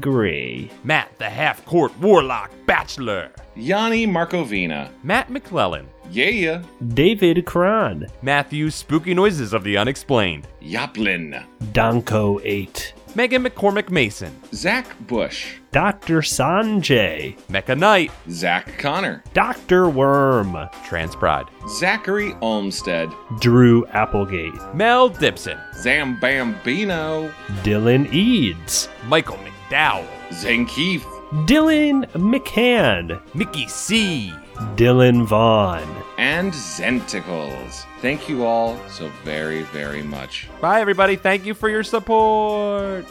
Gray, Matt the Half Court Warlock Bachelor, Yanni Markovina. Matt McClellan, Yeah. David Cron, Matthew Spooky Noises of the Unexplained, Yoplin. Donko 8, Megan McCormick Mason, Zach Bush. Dr. Sanjay, Mecha Knight, Zach Connor. Dr. Worm, Trans Pride, Zachary Olmstead. Drew Applegate, Mel Dibson, Zambambino. Dylan Eads, Michael McDowell, Zankeef. Dylan McCann, Mickey C, Dylan Vaughn. And Zenticles. Thank you all so very, very much. Bye, everybody. Thank you for your support.